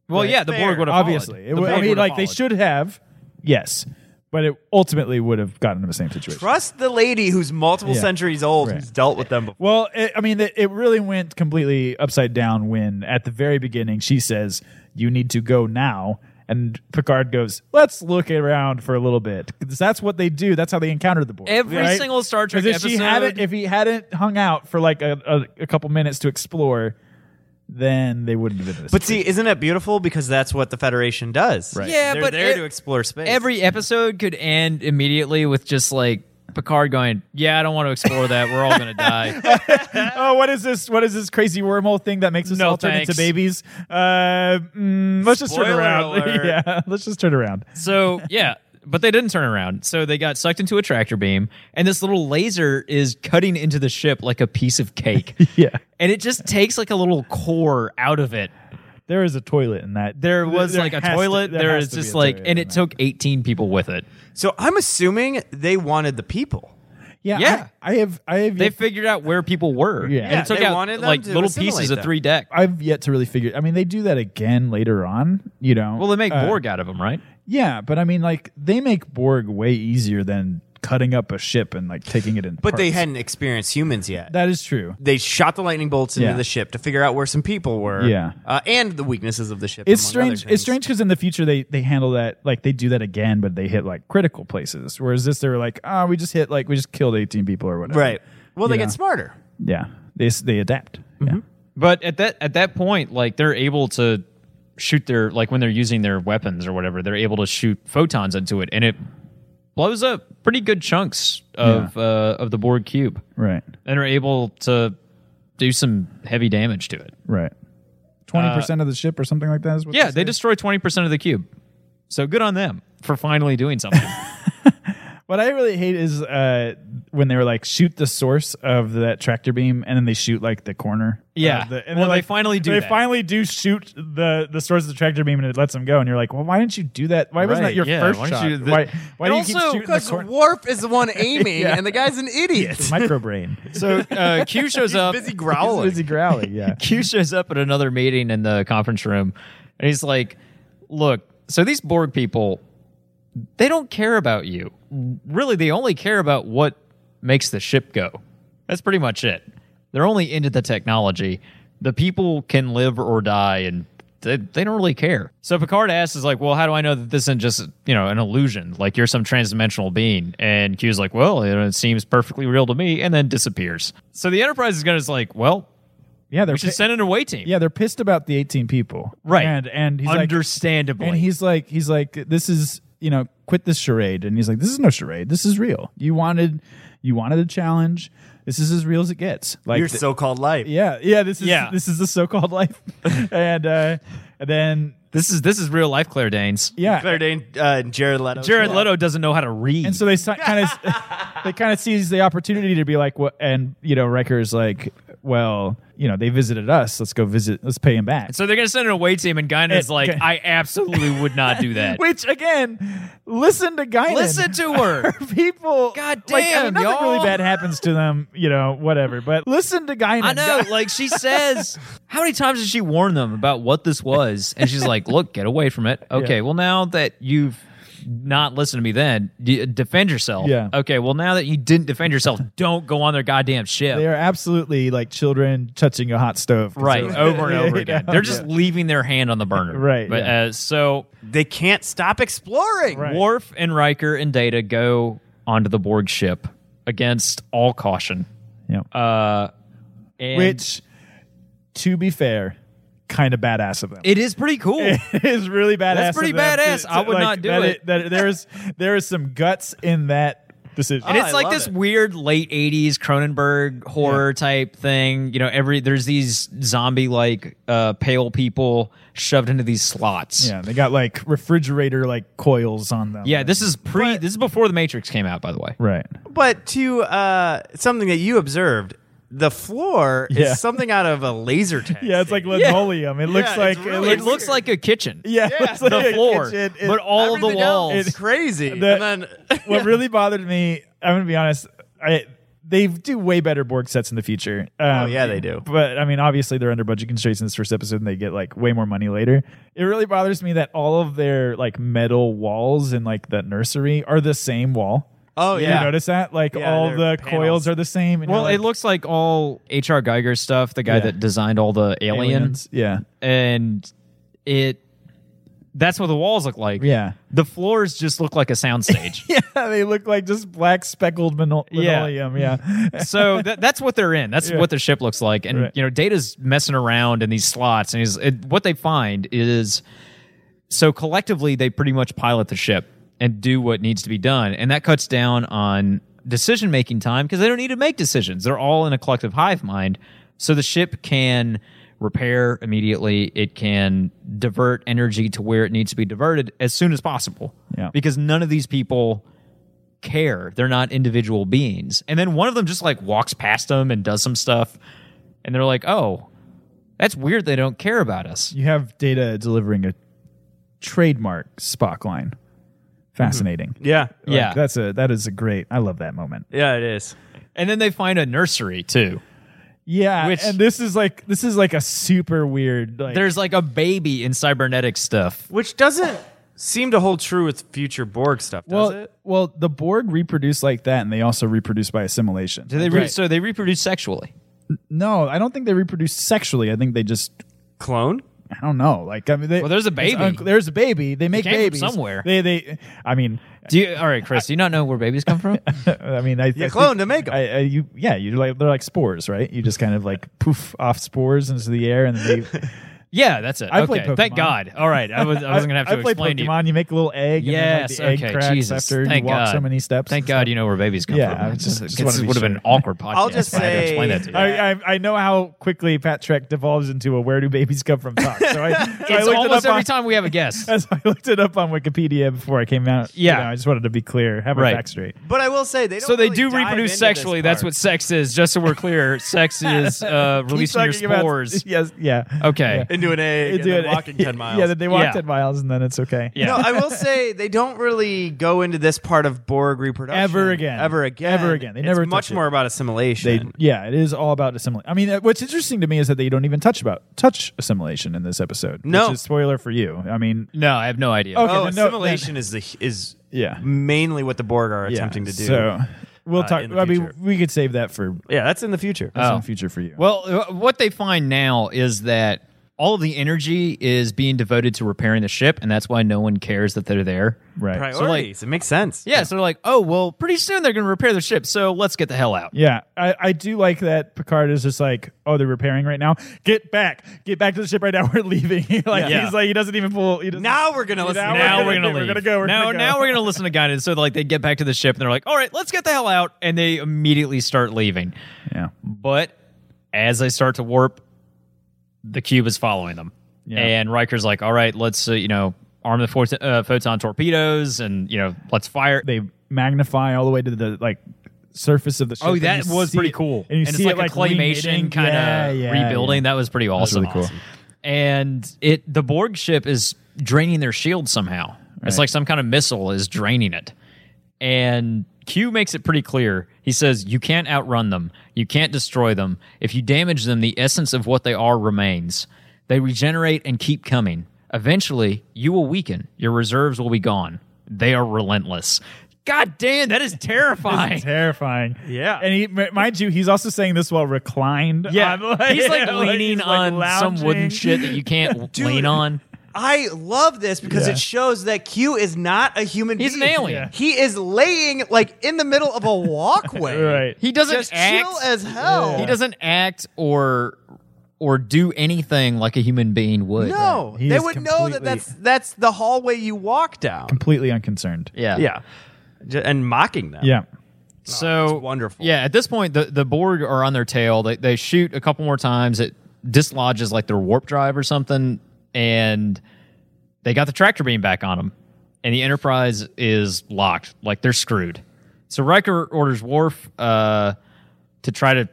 S2: well, yeah, the
S3: Fair.
S2: Borg would have
S4: Obviously,
S2: followed.
S4: it
S2: The
S4: would, I
S2: Borg
S4: mean,
S2: would have
S4: like they
S2: followed.
S4: should have, yes, but it ultimately would have gotten in the same situation.
S3: Trust the lady who's multiple
S4: Yeah.
S3: centuries old
S4: Right.
S3: who's dealt with them before.
S4: Well, it, I mean, it, it really went completely upside down when at the very beginning she says, "You need to go now." And Picard goes, "Let's look around for a little bit." 'Cause that's what they do. That's how they encounter the Borg.
S2: Every
S4: right?
S2: single Star Trek
S4: 'Cause if She hadn't,
S2: episode-
S4: if he hadn't hung out for like a, a, a couple minutes to explore, then they wouldn't have been. in this
S3: But
S4: situation.
S3: see, isn't it beautiful? Because that's what the Federation does.
S4: Right.
S2: Yeah,
S3: They're
S2: but
S3: there
S2: e-
S3: to explore space.
S2: Every episode could end immediately with just like Picard going, "Yeah, I don't want to explore that. We're all gonna die."
S4: Oh, what is this? What is this crazy wormhole thing that makes us
S2: No,
S4: all turn
S2: thanks.
S4: into babies? Uh, mm, let's just turn
S3: Spoiler
S4: around.
S3: alert.
S4: yeah, let's just turn around.
S2: so yeah. But they didn't turn around. So they got sucked into a tractor beam, and this little laser is cutting into the ship like a piece of cake.
S4: Yeah,
S2: and it just takes like a little core out of it.
S4: there is a toilet in that.
S2: There was like a
S4: has to-
S2: toilet.
S4: there
S2: there
S4: has
S2: is
S4: to be
S2: just
S4: a
S2: like,
S4: toilet
S2: and
S4: in
S2: it
S4: that.
S2: took 18 people with it.
S3: so I'm assuming they wanted the people.
S4: Yeah,
S2: Yeah.
S4: I, I have. I have.
S2: They
S4: Yet,
S2: figured out where people were.
S4: Yeah.
S2: and
S4: Yeah,
S2: it took
S3: they
S2: out
S3: wanted them
S2: like
S3: to
S2: little
S3: assimilate
S2: pieces of
S3: them.
S2: three deck.
S4: I've yet to really figure. I mean, they do that again later on. You know.
S2: Well, they make
S4: Uh,
S2: Borg out of them, right?
S4: Yeah, but I mean, like they make Borg way easier than cutting up a ship and like taking it in.
S3: But they
S4: parts.
S3: hadn't experienced humans yet.
S4: That is true.
S3: they shot the lightning bolts into
S4: Yeah.
S3: the ship to figure out where some people were.
S4: Yeah.
S3: Uh, and the weaknesses of the ship.
S4: It's
S3: among
S4: strange.
S3: other
S4: It's
S3: things.
S4: strange because in the future they they handle that like they do that again, but they hit like critical places. Whereas this, they were like, ah, we just hit like we just killed eighteen people or whatever.
S3: Right. Well, they
S4: Yeah.
S3: get smarter.
S4: Yeah. They s- they adapt. Yeah.
S2: But at that at that point, like they're able to shoot their like when they're using their weapons or whatever, they're able to shoot photons into it, and it blows up pretty good chunks of uh, of the Borg cube,
S4: Right.
S2: and are able to do some heavy damage to it.
S4: Right. Twenty percent of the ship or something like that is what.
S2: Uh, Yeah,
S4: say?
S2: they destroy 20% of the cube. So good on them for finally doing something.
S4: What I really hate is uh, when they were like shoot the source of that tractor beam, and then they shoot like the corner.
S2: Yeah.
S4: of the- and
S2: Well,
S4: they're
S2: they finally do
S4: They
S2: that.
S4: finally do shoot the the source of the tractor beam, and it lets them go. And you're like, well, why didn't you do that? Why wasn't that
S2: Right,
S4: your
S2: yeah,
S4: first
S2: why didn't
S4: shot?
S2: you do the-
S4: why why do you keep
S2: also,
S4: shooting the
S3: Because
S4: corner?
S3: Warp is the one aiming,
S4: Yeah.
S3: and the guy's an idiot.
S4: Microbrain.
S2: so uh, Q shows up.
S3: Busy growling.
S4: Busy growling. Yeah.
S2: Q shows up at another meeting in the conference room, and he's like, "Look, so these Borg people, they don't care about you. Really, they only care about what makes the ship go. That's pretty much it. They're only into the technology. The people can live or die, and they, they don't really care. So Picard asks, is like, well, how do I know that this isn't just, you know, an illusion? Like you're some transdimensional being. And Q's like, well, it, it seems perfectly real to me, and then disappears. So the Enterprise is going to like, well,
S4: Yeah, they're
S2: we should
S4: pi-
S2: send an away team.
S4: yeah they're pissed about the 18 people.
S2: Right.
S4: And and he's like,
S2: Understandably.
S4: And he's like, he's like, this is you know, quit this charade. And he's like, this is no charade. This is real. You wanted, you wanted a challenge. This is as real as it gets. Like,
S3: Your
S4: th-
S3: so-called life.
S4: yeah, yeah. This is
S2: Yeah.
S4: this is the so-called life. and uh, and then
S2: this is this is real life, Claire Danes.
S4: yeah,
S3: Claire Dane, uh, Jared Leto.
S2: Jared Leto doesn't know how to read.
S4: and so they kind of they kind of seize the opportunity to be like, well, and you know, Riker's like, well, you know, they visited us. Let's go visit. Let's pay him back.
S2: So they're gonna send an away team, and Guinan's
S4: It-
S2: like,
S4: okay.
S2: I absolutely would not do that.
S4: Which again, listen to Guinan.
S2: Listen to her.
S4: people.
S2: God
S4: like, I mean,
S2: damn,
S4: nothing
S2: y'all.
S4: really bad happens to them, you know, whatever. But listen to Guinan.
S2: I know, like she says, how many times did she warn them about what this was? And she's like, look, get away from it. Okay,
S4: Yeah.
S2: well now that you've not listened to me then, d- defend yourself.
S4: Yeah.
S2: Okay, well now that you didn't defend yourself, don't go on their goddamn ship.
S4: They are absolutely like children touching a hot stove.
S2: Right,
S4: So-
S2: over and
S4: You
S2: over
S4: know?
S2: again. They're just
S4: Yeah.
S2: leaving their hand on the burner.
S4: Right,
S2: But
S4: yeah.
S2: uh, so
S3: They can't stop exploring.
S4: Right.
S2: Worf and Riker and Data go onto the Borg ship against all caution.
S4: Yeah.
S2: Uh, and
S4: Which, to be fair, kind of badass of them.
S2: it is pretty cool.
S4: It is really badass.
S2: That's pretty
S4: of them to-
S2: badass.
S4: to-
S2: I would
S4: like,
S2: not do
S4: that
S2: it.
S4: that there is there is some guts in that decision.
S2: And
S3: Oh,
S2: it's
S3: I
S2: like
S3: love
S2: this
S3: it.
S2: weird late '80s Cronenberg horror type thing. You know, every there's these zombie-like uh, pale people shoved into these slots.
S4: yeah, they got like refrigerator like coils on them.
S2: Yeah, This is pre. this is before the Matrix came out, by the way.
S4: right.
S3: But to uh, something that you observed, the floor
S4: Yeah.
S3: is something out of a laser tag.
S4: Yeah, it's like linoleum. It looks
S3: it's
S4: like
S3: really-
S2: It looks like a kitchen.
S4: yeah, it looks like
S2: the
S4: a
S2: floor,
S4: kitchen. It-
S2: but all of the
S3: Everything else
S2: walls.
S3: is crazy. and
S4: The-
S3: then
S4: what really bothered me, I'm gonna be honest, I they do way better Borg sets in the future. Um,
S3: Oh, yeah, they do.
S4: But I mean, obviously they're under budget constraints in this first episode, and they get like way more money later. It really bothers me that all of their like metal walls in like the nursery are the same wall.
S3: oh
S4: Did
S3: yeah,
S4: you notice that? Like
S3: Yeah,
S4: all
S3: they're
S4: the
S3: panels.
S4: coils are the same. and
S2: Well,
S4: you're
S2: it
S4: like,
S2: looks like all H.R. Geiger stuff, the guy
S4: Yeah.
S2: that designed all the aliens,
S4: aliens. Yeah,
S2: and it that's what the walls look like.
S4: yeah.
S2: The floors just look like a soundstage.
S4: Yeah, they look like just black speckled lino-
S2: Yeah.
S4: linoleum. Yeah,
S2: so that, that's what they're in. That's
S4: Yeah.
S2: what their ship looks like. And
S4: Right.
S2: you know, Data's messing around in these slots, and he's it, what they find is so collectively they pretty much pilot the ship and do what needs to be done, and that cuts down on decision making time because they don't need to make decisions. They're all in a collective hive mind, so the ship can repair immediately. It can divert energy to where it needs to be diverted as soon as possible.
S4: Yeah.
S2: because none of these people care. They're not individual beings. And then one of them just like walks past them and does some stuff. And they're like, oh, that's weird. They don't care about us.
S4: you have data delivering a trademark Spock line. Mm-hmm. Fascinating.
S3: yeah,
S4: Like,
S2: yeah.
S4: that's a that is a great. I love that moment.
S3: yeah. It is.
S2: and then they find a nursery too.
S4: Yeah,
S2: Which-
S4: and this is like this is like a super weird. Like,
S2: There's like a baby in cybernetic stuff.
S3: Which doesn't seem to hold true with future Borg stuff, does
S4: well,
S3: it?
S4: well, the Borg reproduce like that, and they also reproduce by assimilation.
S2: Do they re-
S3: Right.
S2: So they reproduce sexually.
S4: no, I don't think they reproduce sexually. I think they just
S3: Clone?
S4: I don't know. Like I mean, they,
S2: Well, there's a
S4: it's
S2: baby.
S4: there's a baby. They make
S2: came from
S4: babies
S2: somewhere.
S4: They they. I mean,
S2: Do you, all right, Chris, do you not know where babies come from?
S4: I mean, I,
S3: You
S4: I
S3: cloned
S4: think-
S3: to make 'em.
S4: I, I, you, yeah, you like they're like spores, right? You just kind of like poof off spores into the air, and then they.
S2: yeah, that's it.
S4: I played
S2: okay. Thank
S4: Pokemon.
S2: God. All right. I was, I was going to have to
S4: I play
S2: explain to you.
S4: Pokemon. You. make a little egg.
S2: Yes.
S4: And then, like, the
S2: okay.
S4: Egg cracks
S2: Jesus.
S4: After
S2: Thank
S4: you walk
S2: God.
S4: so many steps.
S2: Thank God you know where babies come
S4: Yeah,
S2: from.
S4: I
S2: It's
S4: just-
S2: just-
S4: just
S2: this
S4: wanted to
S2: would have
S4: be
S2: been
S4: sure.
S2: an awkward podcast.
S3: I'll just
S2: if I had to
S3: say-
S2: explain that to you.
S4: I, I, I know how quickly Pat Trek devolves into a where do babies come from talk. So I, so I
S2: it's
S4: looked
S2: almost
S4: it up
S2: every
S4: on,
S2: time we have a guest.
S4: As I looked it up on Wikipedia before I came out. you
S2: Yeah.
S4: know, I just wanted to be clear, have
S2: Right.
S4: my facts straight.
S3: But I will say they don't
S2: So they
S3: really
S2: do
S3: dive
S2: reproduce
S3: into this
S2: sexually. That's
S3: part.
S2: what sex is. Just so we're clear, sex is uh, releasing your
S4: Keep talking about-
S2: spores.
S4: yes. Yeah.
S2: Okay.
S3: into an egg and
S4: Do
S3: then
S4: it.
S3: walking ten miles.
S4: Yeah, that they walk
S2: Yeah.
S4: ten miles and then it's okay.
S2: Yeah.
S3: No, I will say they don't really go into this part of Borg reproduction
S4: Ever again.
S3: Ever again.
S4: Ever again. They
S3: It's
S4: never
S3: much
S4: touch it.
S3: more about
S4: They,
S3: assimilation.
S4: yeah, it is all about assimilation. I mean, uh, what's interesting to me is that they don't even touch about touch assimilation in this episode.
S3: No.
S4: which is spoiler for you. I mean,
S2: No, I have no idea.
S4: Okay.
S3: oh,
S4: then no-
S3: assimilation is the is
S4: Yeah.
S3: mainly what the Borg are
S4: yeah,
S3: attempting to do.
S4: So we'll
S3: uh,
S4: talk.
S3: in the
S4: I mean,
S3: future.
S4: we could save that for
S3: yeah, that's in the future.
S4: that's in
S2: Oh.
S4: the future for you.
S2: Well, uh, what they find now is that all of the energy is being devoted to repairing the ship, and that's why no one cares that they're there.
S4: Right.
S3: Priorities. it makes sense.
S2: Yeah, so they're like, oh, well, pretty soon they're going to repair the ship, so let's get the hell out.
S4: Yeah, I, I do like that Picard is just like, oh, they're repairing right now. Get back, get back to the ship right now. We're leaving. like
S2: Yeah.
S4: he's like, he doesn't even pull. He doesn't,
S3: Now we're gonna listen.
S4: Now
S2: Now we're
S4: we're
S2: gonna
S4: gonna-
S2: leave.
S4: we're gonna go, we're
S2: now,
S4: gonna go.
S2: now we're gonna listen to guidance. So like they get back to the ship and they're like, "All right, let's get the hell out," and they immediately start leaving.
S4: yeah,
S2: But as they start to warp, the cube is following them,
S4: Yeah.
S2: and Riker's like, "All right, let's uh, you know arm the photon, uh, photon torpedoes, and you know let's fire."
S4: they magnify all the way to the like surface of the ship.
S2: Oh,
S4: and
S2: that
S4: you
S2: was
S4: see
S2: pretty
S4: it-
S2: cool.
S4: And you
S2: it's
S4: see
S2: like
S4: it like
S2: a claymation
S4: remitting.
S2: kind of
S4: Yeah, yeah,
S2: rebuilding. That was pretty awesome.
S4: really cool. Awesome.
S2: And it the Borg ship is draining their shield somehow. It's
S4: Right.
S2: like some kind of missile is draining it. And Q makes it pretty clear. He says, You can't outrun them. You can't destroy them. If you damage them, the essence of what they are remains. They regenerate and keep coming. Eventually, you will weaken. Your reserves will be gone. They are relentless. God damn, that is terrifying.
S4: terrifying.
S3: Yeah.
S4: and he, m- mind you, he's also saying this while reclined.
S2: Yeah,
S4: on,
S2: he's like leaning
S4: he's, like,
S2: on some wooden
S4: lounging.
S2: shit that you can't
S3: Dude.
S2: lean on.
S3: I love this because
S4: Yeah.
S3: it shows that Q is not a human
S2: He's an
S3: being.
S2: alien. Yeah.
S3: He is laying like in the middle of a walkway.
S4: Right.
S2: He doesn't
S3: Just
S2: act.
S3: chill as hell.
S2: he doesn't act or or do anything like a human being would.
S3: No,
S4: He
S3: they
S4: is
S3: would know that
S4: completely-
S3: that's that's the hallway you walk down.
S4: completely unconcerned.
S2: Yeah.
S3: J- and mocking them.
S4: Yeah.
S2: So
S3: it's wonderful.
S2: Yeah. At this point, the the Borg are on their tail. They they shoot a couple more times. It dislodges like their warp drive or something, and they got the tractor beam back on them, and the Enterprise is locked. Like they're screwed. So Riker orders Worf uh, to try to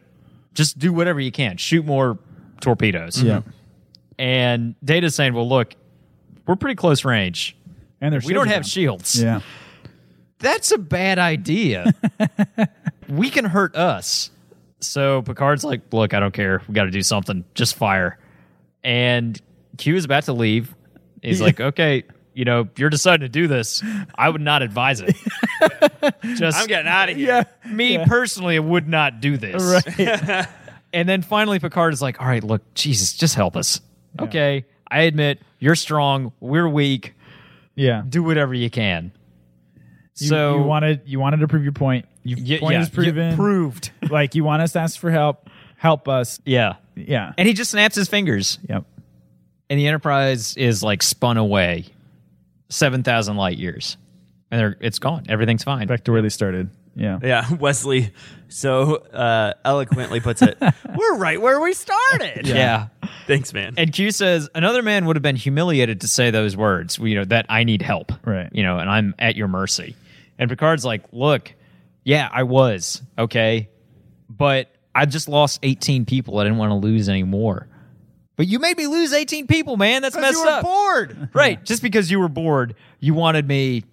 S2: just do whatever you can, shoot more torpedoes.
S4: Yeah.
S2: And Data's saying, "Well, look, we're pretty close range.
S4: And they're
S2: We don't have shields.
S4: Yeah.
S2: That's a bad idea. we can hurt us. So Picard's like, look, I don't care. We got to do something. Just fire. And Q is about to leave. He's like, okay, you know, you're deciding to do this. I would not advise it. Just
S1: I'm getting out of here.
S4: Yeah.
S2: me personally would not do this. And then finally, Picard is like, all right, look, Jesus, just help us. Okay, I admit you're strong. We're weak.
S4: Yeah.
S2: Do whatever you can.
S4: You,
S2: so
S4: you wanted you wanted to prove your point. Your
S2: Y-
S4: point
S2: yeah,
S4: is proven.
S2: you proved.
S4: like you want us to ask for help. Help us.
S2: Yeah.
S4: Yeah.
S2: And he just snaps his fingers,
S4: Yep.
S2: and the Enterprise is like spun away 7,000 light years. And they're, it's gone. Everything's fine.
S4: Back to where they started. Yeah.
S3: Yeah, Wesley so uh, eloquently puts it. We're right where we started.
S2: yeah.
S3: Thanks, man.
S2: And Q says, another man would have been humiliated to say those words, you know, that I need help.
S4: Right.
S2: You know, and I'm at your mercy. And Picard's like, look, yeah, I was. Okay. But I just lost 18 people. I didn't want to lose any more. But you made me lose 18 people, man. That's messed
S3: you were
S2: up.
S3: bored.
S2: Right. Just because you were bored, you wanted me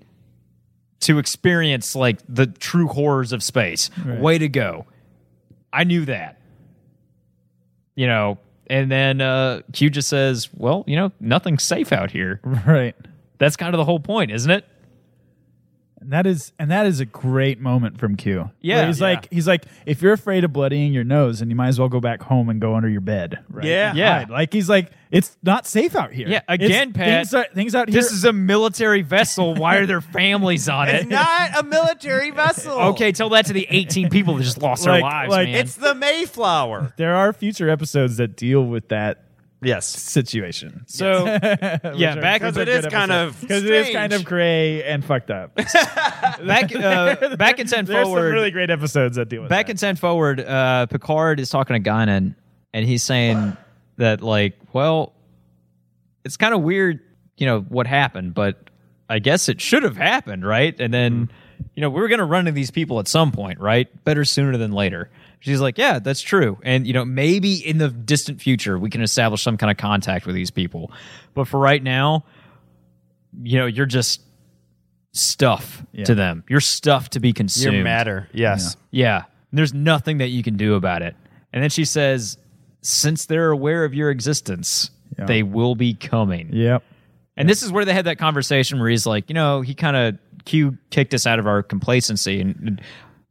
S2: to experience like the true horrors of space. Way to go. I knew that. You know, and then uh, Q just says, well, you know, nothing's safe out here.
S4: Right.
S2: That's kind of the whole point, isn't it?
S4: And that is and that is a great moment from Q.
S2: Yeah.
S4: Where he's
S2: Yeah.
S4: like he's like if you're afraid of bloodying your nose, and you might as well go back home and go under your bed. Right.
S3: Yeah.
S4: And
S2: Yeah.
S4: hide. Like he's like it's not safe out here.
S2: Yeah,
S4: It's-
S2: again, Pat,
S4: Things, are, things out here.
S2: This is a military vessel. Why are there families on
S3: It's
S2: it?
S3: not a military vessel.
S2: okay, tell that to the 18 people that just lost their
S4: Like-
S2: lives,
S4: like-
S2: man.
S3: It's the Mayflower.
S4: there are future episodes that deal with that
S3: Yes.
S4: situation.
S2: so, yeah, back,
S3: Because it is kind of
S4: Because it is
S3: strange.
S4: kind of gray and fucked up.
S2: back, uh, back in 10
S4: There's
S2: forward.
S4: some really great episodes that deal with
S2: Back in 10 forward, uh, Picard is talking to Guinan, and he's saying that, like, well, it's kind of weird, you know, what happened, but I guess it should have happened, right? And then,
S4: Mm-hmm.
S2: you know, we were going to run into these people at some point, right? Better sooner than later. She's like, yeah, that's true. And, you know, maybe in the distant future, we can establish some kind of contact with these people. But for right now, you know, you're just stuff to them. You're stuff to be consumed.
S3: Yes.
S2: Yeah. There's nothing that you can do about it. And then she says, since they're aware of your existence,
S4: Yeah.
S2: they will be coming.
S4: Yep.
S2: And this is where they had that conversation where he's like, you know, he kind of Q kicked us out of our complacency and and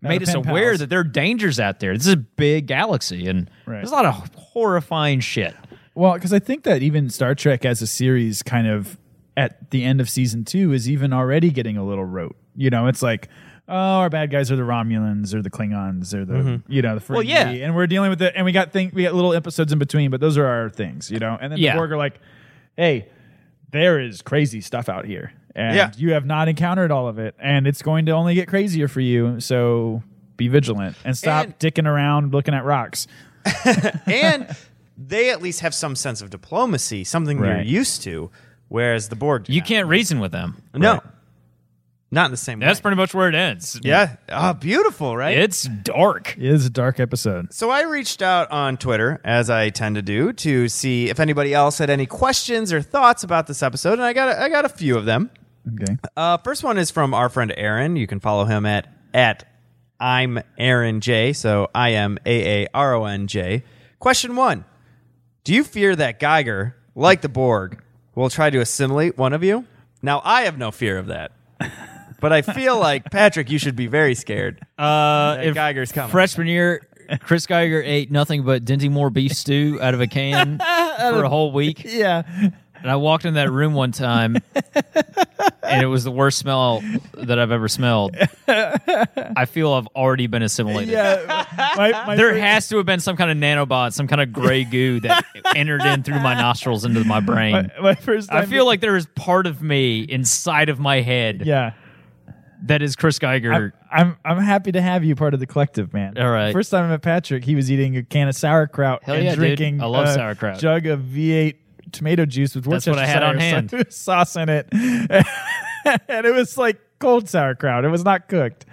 S2: made
S4: of
S2: us
S4: pen
S2: aware
S4: pals.
S2: that there are dangers out there. This is a big galaxy and
S4: Right.
S2: there's a lot of horrifying shit.
S4: Well, because I think that even Star Trek as a series, kind of at the end of season two, is even already getting a little rote. You know, it's like, oh, our bad guys are the Romulans or the Klingons or the
S3: Mm-hmm.
S4: you know the Ferengi,
S2: yeah.
S4: and we're dealing with it, and we got thing we got little episodes in between, but those are our things, you know. And then
S2: Yeah.
S4: the Borg are like, hey, there is crazy stuff out here, and
S3: Yeah.
S4: you have not encountered all of it, and it's going to only get crazier for you, so. Be vigilant and stop
S3: And-
S4: dicking around looking at rocks.
S3: and they at least have some sense of diplomacy, something you're
S4: Right.
S3: used to. Whereas the Borg, do
S2: You
S3: not.
S2: can't reason with them.
S3: no, not in the same
S2: That's
S3: way.
S2: pretty much where it ends.
S3: yeah, ah, beautiful, right?
S2: It's dark.
S4: It is a dark episode.
S3: So I reached out on Twitter, as I tend to do, to see if anybody else had any questions or thoughts about this episode, and I got a, I got a few of them.
S4: Okay.
S3: Uh, first one is from our friend Aaron. You can follow him at at I'm Aaron J. So I am A A R O N J. Question one: Do you fear that Geiger, like the Borg, will try to assimilate one of you? Now I have no fear of that, but I feel like Patrick, you should be very scared.
S2: Uh,
S3: That Geiger's coming.
S2: Freshman year, Chris Geiger ate nothing but Dinty Moore beef stew out of a can for a whole week.
S4: Yeah.
S2: And I walked in that room one time, and it was the worst smell that I've ever smelled. I feel I've already been assimilated.
S4: Yeah. my, my
S2: There
S4: fir-
S2: has to have been some kind of nanobot, some kind of gray goo that entered in through my nostrils into my brain.
S4: my first time
S2: I feel like there is part of me inside of my head
S4: Yeah.
S2: that is Chris Geiger.
S4: I'm I'm happy to have you part of the collective, man.
S2: All right.
S4: First time I met Patrick, he was eating a can of sauerkraut
S2: Hell
S4: and
S2: yeah, dude.
S4: drinking
S2: I love
S4: a
S2: sauerkraut.
S4: jug of V8 tomato juice with
S2: That's what I had
S4: Worcestershire
S2: on hand.
S4: sau- sauce in it, and it was like cold sauerkraut. It was not cooked.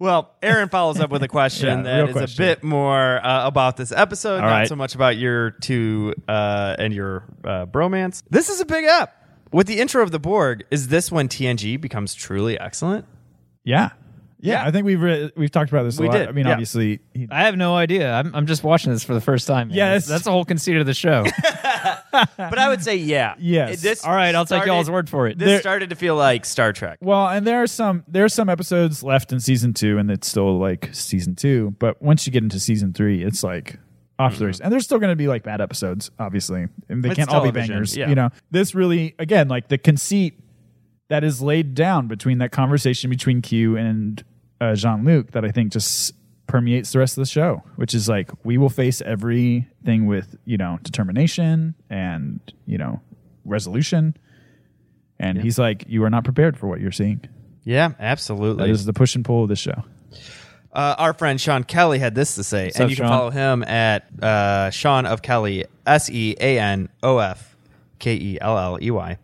S3: Well, Aaron follows up with a question
S4: Yeah,
S3: that
S4: real
S3: is
S4: question.
S3: a bit more uh, about this episode, not
S2: right.
S3: so much about your two uh, and your uh, bromance. This is a big up. With the intro of the Borg, is this when TNG becomes truly excellent?
S4: Yeah. Yeah,
S3: Yeah.
S4: I think we've re- we've talked about this a
S3: We
S4: lot.
S3: did,
S4: I mean,
S3: yeah.
S4: obviously, he-
S2: I have no idea. I'm, I'm just watching this for the first time. man.
S4: Yes.
S2: That's, that's the whole conceit of the show.
S3: But I would say, yeah,
S4: Yes.
S3: This
S2: All right, I'll take
S3: started-
S2: y'all's word for it.
S3: This
S4: There-
S3: started to feel like Star Trek.
S4: Well, and there are some there are some episodes left in season two, and it's still like season two. But once you get into season three, it's like off to the races. And there's still going to be like bad episodes, obviously. And they
S3: Mm-hmm. It's
S4: can't all be
S3: television,
S4: bangers.
S3: yeah.
S4: You know, this really again like the conceit that is laid down between that conversation between Q and uh, Jean Luc that I think just permeates the rest of the show, which is like we will face everything with you know determination and you know resolution. And he's like, you are not prepared for what you're seeing.
S3: Yeah,
S4: That
S3: absolutely.
S4: is the push and pull of this show.
S3: uh, our friend Sean Kelly had this to say, and
S4: up,
S3: you
S4: Sean?
S3: can follow him at uh, Sean of Kelly, S E A N O F K E L L E Y.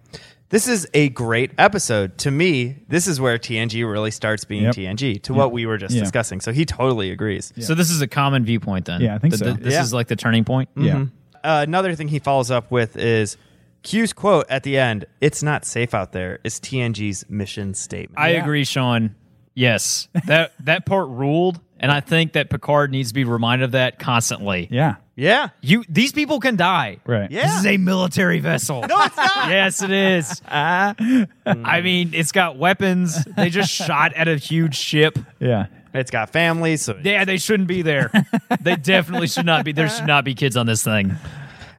S3: This is a great episode. To me, this is where TNG really starts being
S4: Yep.
S3: TNG, to what we were just
S4: Yeah.
S3: discussing. So he totally agrees.
S2: So this is a common viewpoint then.
S4: Yeah, I think
S2: Th-
S4: so.
S2: th- this
S3: Yeah.
S2: is like the turning point.
S4: Yeah.
S3: Uh, another thing he follows up with is Q's quote at the end It's not safe out there, is TNG's mission statement.
S2: I agree, Sean. Yes. That that part ruled, and I think that Picard needs to be reminded of that constantly.
S4: Yeah.
S3: yeah.
S2: You these people can die.
S4: Right.
S3: Yeah.
S2: This is a military vessel. No, it's not. yes, it is. I mean, it's got weapons. They just shot at a huge ship.
S4: Yeah.
S3: It's got families. So
S2: Yeah, they shouldn't be there. They definitely should not be. There should not be kids on this thing.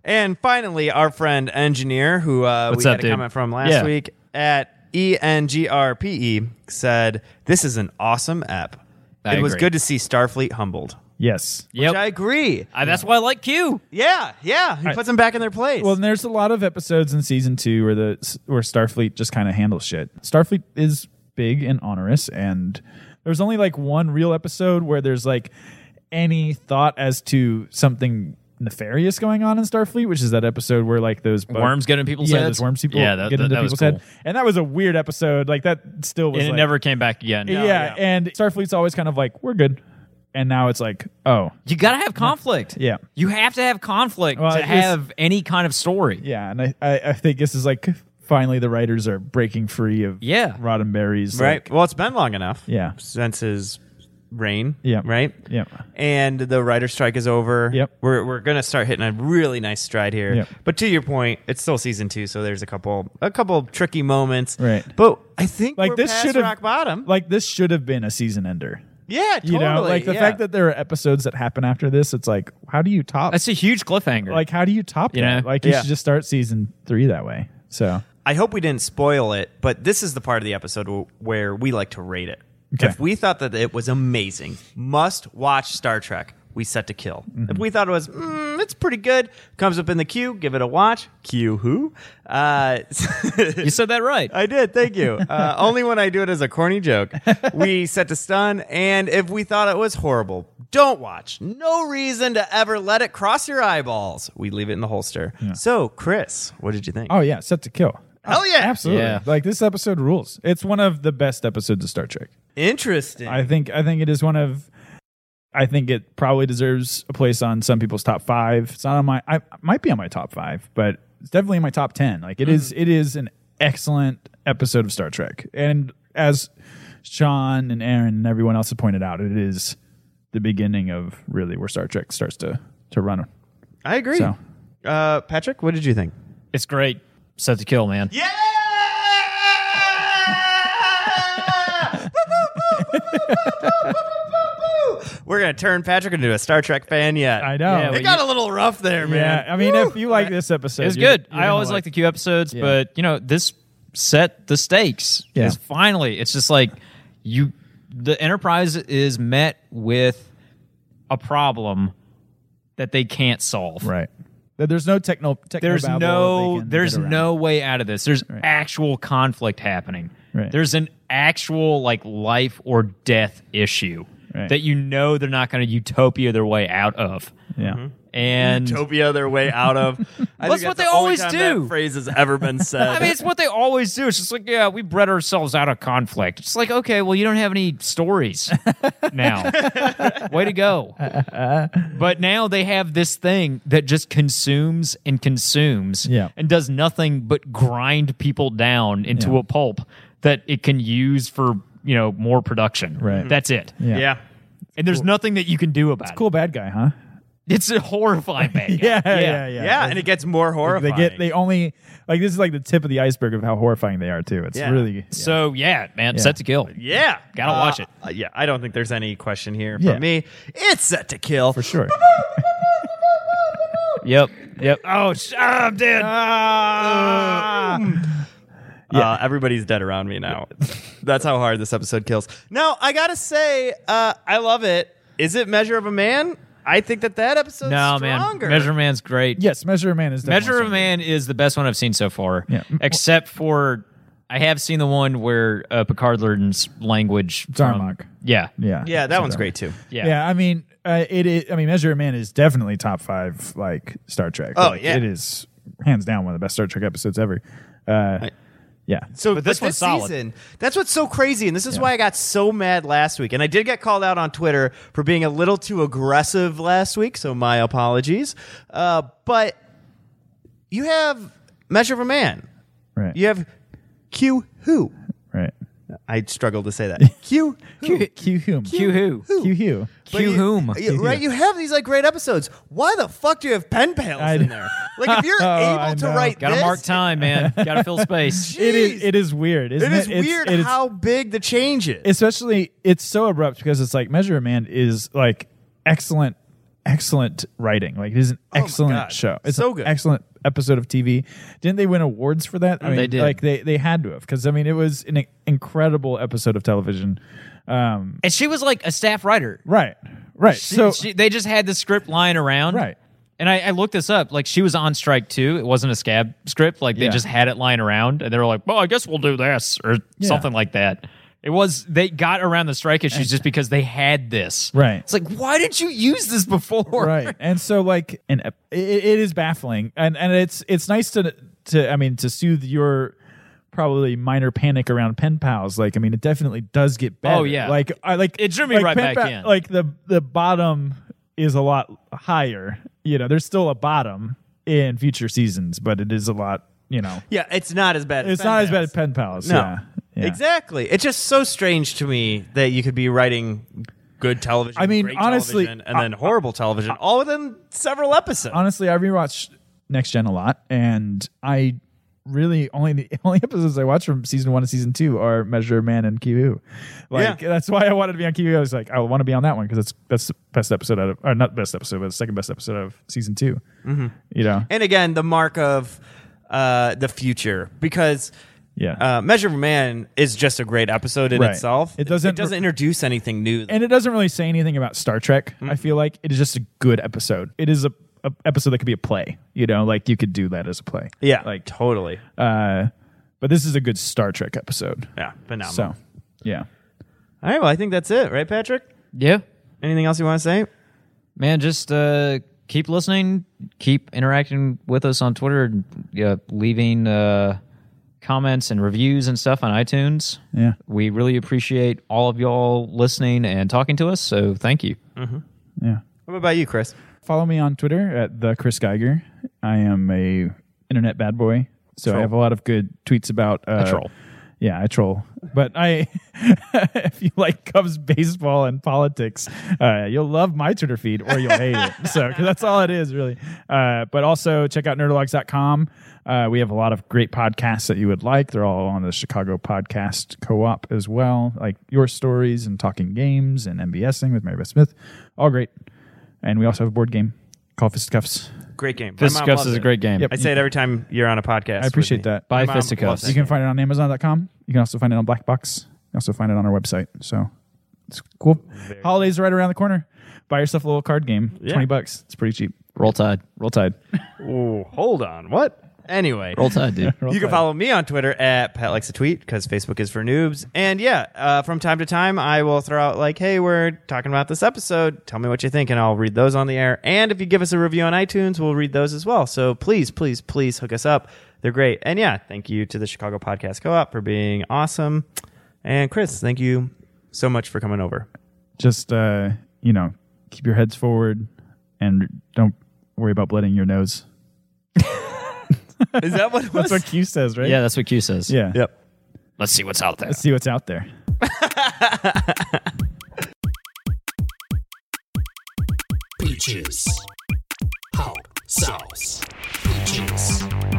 S3: And finally, our friend engineer, who uh,
S2: What's
S3: we
S2: up,
S3: had a
S2: dude?
S3: comment from last
S2: Yeah.
S3: week at E N G R P E, said, "This is an awesome app.
S2: I
S3: it was
S2: agree.
S3: good to see Starfleet humbled."
S4: Yes.
S2: Yep.
S3: Which I agree.
S2: I- that's why I like Q.
S3: Yeah, yeah. He puts them back in their place.
S4: Well, and there's a lot of episodes in season two where the where Starfleet just kind of handles shit. Starfleet is big and onerous, and there's only like one real episode where there's like any thought as to something nefarious going on in Starfleet, which is that episode where like those bugs-
S2: Worms get in people's
S4: yeah,
S2: heads?
S4: those worms people
S2: Yeah, that-
S4: get
S2: that-
S4: into
S2: that was
S4: people's
S2: cool.
S4: head, and that was a weird episode. Like that still was
S2: And it
S4: like-
S2: never came back again.
S4: yeah,
S3: yeah.
S4: and Starfleet's always kind of like we're good, and now it's like oh
S2: You gotta have conflict.
S4: Yeah.
S2: You have to have conflict
S4: Well,
S2: to
S4: it is-
S2: have any kind of story.
S4: Yeah, and I, I, I think this is like finally the writers are breaking free of
S2: Yeah.
S4: Roddenberry's
S3: right.
S4: like-
S3: well, it's been long enough.
S4: Yeah.
S3: since his reign.
S4: Yeah.
S3: right.
S4: yeah,
S3: And the writer strike is over.
S4: Yep.
S3: We're we're gonna start hitting a really nice stride here.
S4: Yep.
S3: But to your point, it's still season two, so there's a couple a couple tricky moments.
S4: Right.
S3: But I think
S4: like
S3: we're
S4: this
S3: past
S4: should have
S3: rock bottom.
S4: Like this should have been a season ender.
S3: Yeah, totally.
S4: You know, like the
S3: yeah.
S4: fact that there are episodes that happen after this, it's like, how do you top?
S2: That's a huge cliffhanger.
S4: like, how do you top
S2: You
S4: that?
S2: know?
S4: Like, you
S3: Yeah.
S4: should just start season three that way. So,
S3: I hope we didn't spoil it, but this is the part of the episode w- where we like to rate it.
S4: Okay.
S3: If we thought that it was amazing, must watch Star Trek, we set to kill.
S4: Mm-hmm.
S3: If we thought it was, mm, it's pretty good, comes up in the queue, give it a watch. Q who? Uh,
S2: you said that right.
S3: I did. Thank you. Uh, only when I do it as a corny joke. We set to stun, and if we thought it was horrible, don't watch. No reason to ever let it cross your eyeballs. We leave it in the holster. So, Chris, what did you think?
S4: oh, yeah, set to kill.
S3: Hell yeah!
S4: Absolutely.
S2: Yeah.
S4: Like, this episode rules. It's one of the best episodes of Star Trek.
S3: Interesting.
S4: I think I think it is one of I think it probably deserves a place on some people's top five. It's not on my I it might be on my top five, but it's definitely in my top ten. Like it is, it is an excellent episode of Star Trek. And as Sean and Aaron and everyone else have pointed out, it is the beginning of really where Star Trek starts to to run.
S3: I agree.
S4: So-
S3: Uh, Patrick, what did you think?
S2: It's great. Set to kill, man.
S3: Yeah! We're gonna turn Patrick into a Star Trek fan yet.
S4: I know.
S2: Yeah,
S3: It
S2: we-
S3: got a little rough there, man.
S4: yeah, I mean, if you like this episode,
S2: It was
S4: you're-
S2: good.
S4: you're
S2: I
S4: gonna
S2: always like the Q episodes, but you know, this set the stakes.
S4: Yeah.
S2: It's finally, it's just like you, the Enterprise is met with a problem that they can't solve.
S4: right. That There's no techno.
S2: There's
S4: technobabble
S2: no,
S4: they can
S2: there's
S4: get around.
S2: no way out of this. There's actual conflict happening.
S4: Right.
S2: There's an actual like life or death issue
S4: Right.
S2: that you know they're not going to utopia their way out of.
S4: Yeah.
S2: And
S3: Utopia their way out of. I
S2: That's
S3: think
S2: what
S3: the
S2: they
S3: only
S2: always
S3: time
S2: do.
S3: That phrase has ever been said.
S2: I mean, it's what they always do. It's just like, yeah, we bred ourselves out of conflict. It's like, okay, well, you don't have any stories now. Way to go. But now they have this thing that just consumes and consumes
S4: Yeah.
S2: and does nothing but grind people down into
S4: Yeah.
S2: a pulp that it can use for, you know, more production.
S4: Right.
S2: That's it.
S4: Yeah.
S3: yeah.
S2: And there's nothing that you can do about
S4: Cool bad guy, huh?
S2: it. It's a horrifying bad guy.
S3: yeah, and it gets more
S4: They
S3: horrifying.
S4: get they only like this is like the tip of the iceberg of how horrifying they are too. It's
S3: Yeah.
S4: really
S2: So, yeah, man, set to kill.
S3: yeah,
S2: Gotta watch it.
S3: Uh, yeah, I don't think there's any question here
S4: Yeah.
S3: for me. It's set to kill
S4: for sure.
S2: Yep. Yep. Oh, sh- ah, I'm dead.
S4: Ah.
S3: Uh, everybody's dead around me now. That's how hard this episode kills. No, I gotta say, uh, I love it. Is it Measure of a Man? I think that that episode's
S2: No,
S3: stronger.
S2: man. Measure Man's great.
S4: yes, Measure of Man is definitely
S2: Measure of
S4: something.
S2: Man is the best one I've seen so far.
S4: Yeah.
S2: Except for, I have seen the one where uh, Picard learns language. from-
S4: Zarmok.
S2: yeah.
S4: Yeah,
S3: Yeah, that
S4: So-
S3: one's great too.
S2: Yeah.
S4: Yeah. I mean, uh, it is. I mean, Measure of Man is definitely top five like Star Trek.
S3: Oh,
S4: Like,
S3: yeah.
S4: it is hands down one of the best Star Trek episodes ever. Uh, yeah,
S3: So
S2: But this one's solid.
S3: Season, that's what's so crazy, and this is why I got so mad last week. And I did get called out on Twitter for being a little too aggressive last week, so my apologies. Uh, but you have Measure of a Man.
S4: right,
S3: You have Q who?
S4: right.
S3: I struggled to say that. Q who?
S4: Q Hume,
S2: Q who?
S4: Q Hugh.
S3: But
S2: Q
S3: you-
S2: whom?
S3: you- right, you have these like great episodes. Why the fuck do you have pen pals
S4: I
S3: in
S4: know.
S3: there? Like if you're
S4: Oh, I
S3: able to
S4: know.
S3: write
S2: Gotta
S3: this,
S2: mark time, man. Gotta fill space.
S3: Jeez.
S4: It is. It is weird, isn't
S3: it
S4: it?
S3: is
S4: It's-
S3: weird
S4: it is-
S3: how big the change is.
S4: especially it's so abrupt because it's like Measure of Man is like excellent, excellent writing. Like it is an excellent
S3: Oh God.
S4: show. It's
S3: So
S4: an
S3: good.
S4: Excellent episode of TV. Didn't they win awards for that? I mean,
S2: they did.
S4: Like they they had to have because I mean it was an incredible episode of television. Um,
S2: and she was like a staff writer.
S4: right, right. so
S2: she, they just had the script lying around.
S4: Right.
S2: And I, I looked this up. Like she was on strike too. It wasn't a scab script. Like they
S4: Yeah.
S2: just had it lying around, and they were like, "Well, I guess we'll do this or
S4: Yeah.
S2: something like that." It was they got around the strike issues just because they had this.
S4: Right.
S2: It's like, why didn't you use this before?
S4: right and so like an ep- it, it is baffling and and it's it's nice to to i mean to soothe your probably minor panic around pen pals like i mean it definitely does get better
S2: Oh, yeah.
S4: like i like
S2: It drew me
S4: like,
S2: right
S4: pen
S2: back in.
S4: like the the bottom is a lot higher you know there's still a bottom in future seasons but it is a lot you know
S3: yeah, it's not as bad. as
S4: it's
S3: pen
S4: not as bad
S3: pals.
S4: as pen pals
S3: No.
S4: yeah, Yeah.
S3: Exactly. It's just so strange to me that you could be writing good television.
S4: I mean,
S3: great
S4: honestly,
S3: television, and then horrible television, all within several episodes.
S4: honestly, I rewatched Next Gen a lot, and I really only the only episodes I watched from season one and season two are Measure of Man and Kiwu. Like
S3: Yeah.
S4: that's why I wanted to be on Kiwu. I was like, I want to be on that one because it's that's the best episode out of or not best episode, but the second best episode of season 2
S3: Mm-hmm.
S4: You know,
S3: and again the mark of uh, the future because
S4: yeah.
S3: uh, Measure of a Man is just a great episode in
S4: Right.
S3: itself.
S4: It doesn't-
S3: it doesn't introduce anything new.
S4: and it doesn't really say anything about Star Trek. I feel like it is just a good episode. It is a, a episode that could be a play. You know, like you could do that as a play.
S3: yeah, like totally.
S4: Uh, but this is a good Star Trek episode.
S3: Yeah, phenomenal.
S4: So, yeah.
S3: All right, well, I think that's it, right, Patrick?
S2: Yeah.
S3: Anything else you want to say?
S2: Man, just uh, keep listening, keep interacting with us on Twitter, and, yeah, leaving uh, comments and reviews and stuff on iTunes.
S4: Yeah.
S2: We really appreciate all of y'all listening and talking to us. So thank you.
S4: Yeah.
S3: What about you, Chris?
S4: Follow me on Twitter at the Chris Geiger. I am a internet bad boy, so I have a lot of good tweets about uh,
S2: troll.
S4: Yeah, I troll. But I, if you like Cubs baseball and politics, uh, you'll love my Twitter feed or you'll hate it. So 'cause that's all it is really. Uh, but also check out nerdalogs.com. Uh, we have a lot of great podcasts that you would like. They're all on the Chicago Podcast Co-op as well, like Your Stories and Talking Games and MBSing with Mary Beth Smith. All great. And we also have a board game called Fisticuffs.
S3: Great game. My mom
S2: Fisticuffs
S3: loves
S2: is a
S3: it.
S2: great game.
S4: Yep.
S3: I say it every time you're on a podcast.
S4: I appreciate
S3: with me.
S4: that.
S2: Buy
S3: My mom loves
S2: Fisticuffs.
S4: You can find it on Amazon.com. You can also find it on Black Box. You can also find it on our website. So it's cool. Holidays are right around the corner. Buy yourself a little card game.
S3: Yeah.
S4: 20 bucks. It's pretty cheap.
S2: Roll Tide.
S4: Roll Tide.
S3: Ooh, hold on. What? Anyway,
S2: Roll Tide, dude.
S4: Roll
S3: you can
S4: Tide.
S3: follow me on Twitter at Pat Likes a Tweet because Facebook is for noobs. And yeah, uh, from time to time, I will throw out, like, hey, we're talking about this episode. Tell me what you think, and I'll read those on the air. And if you give us a review on iTunes, we'll read those as well. So please, please, please hook us up. They're great. And yeah, thank you to the Chicago Podcast Co op for being awesome. And Chris, thank you so much for coming over.
S4: Just, uh, you know, keep your heads forward and don't worry about blooding your nose.
S3: Is that what it
S4: That's what Q says, right?
S2: Yeah, that's what Q says.
S4: Yeah.
S3: Yep.
S2: Let's see what's out there.
S4: Let's see what's out there.
S5: Peaches. Hot sauce. Peaches.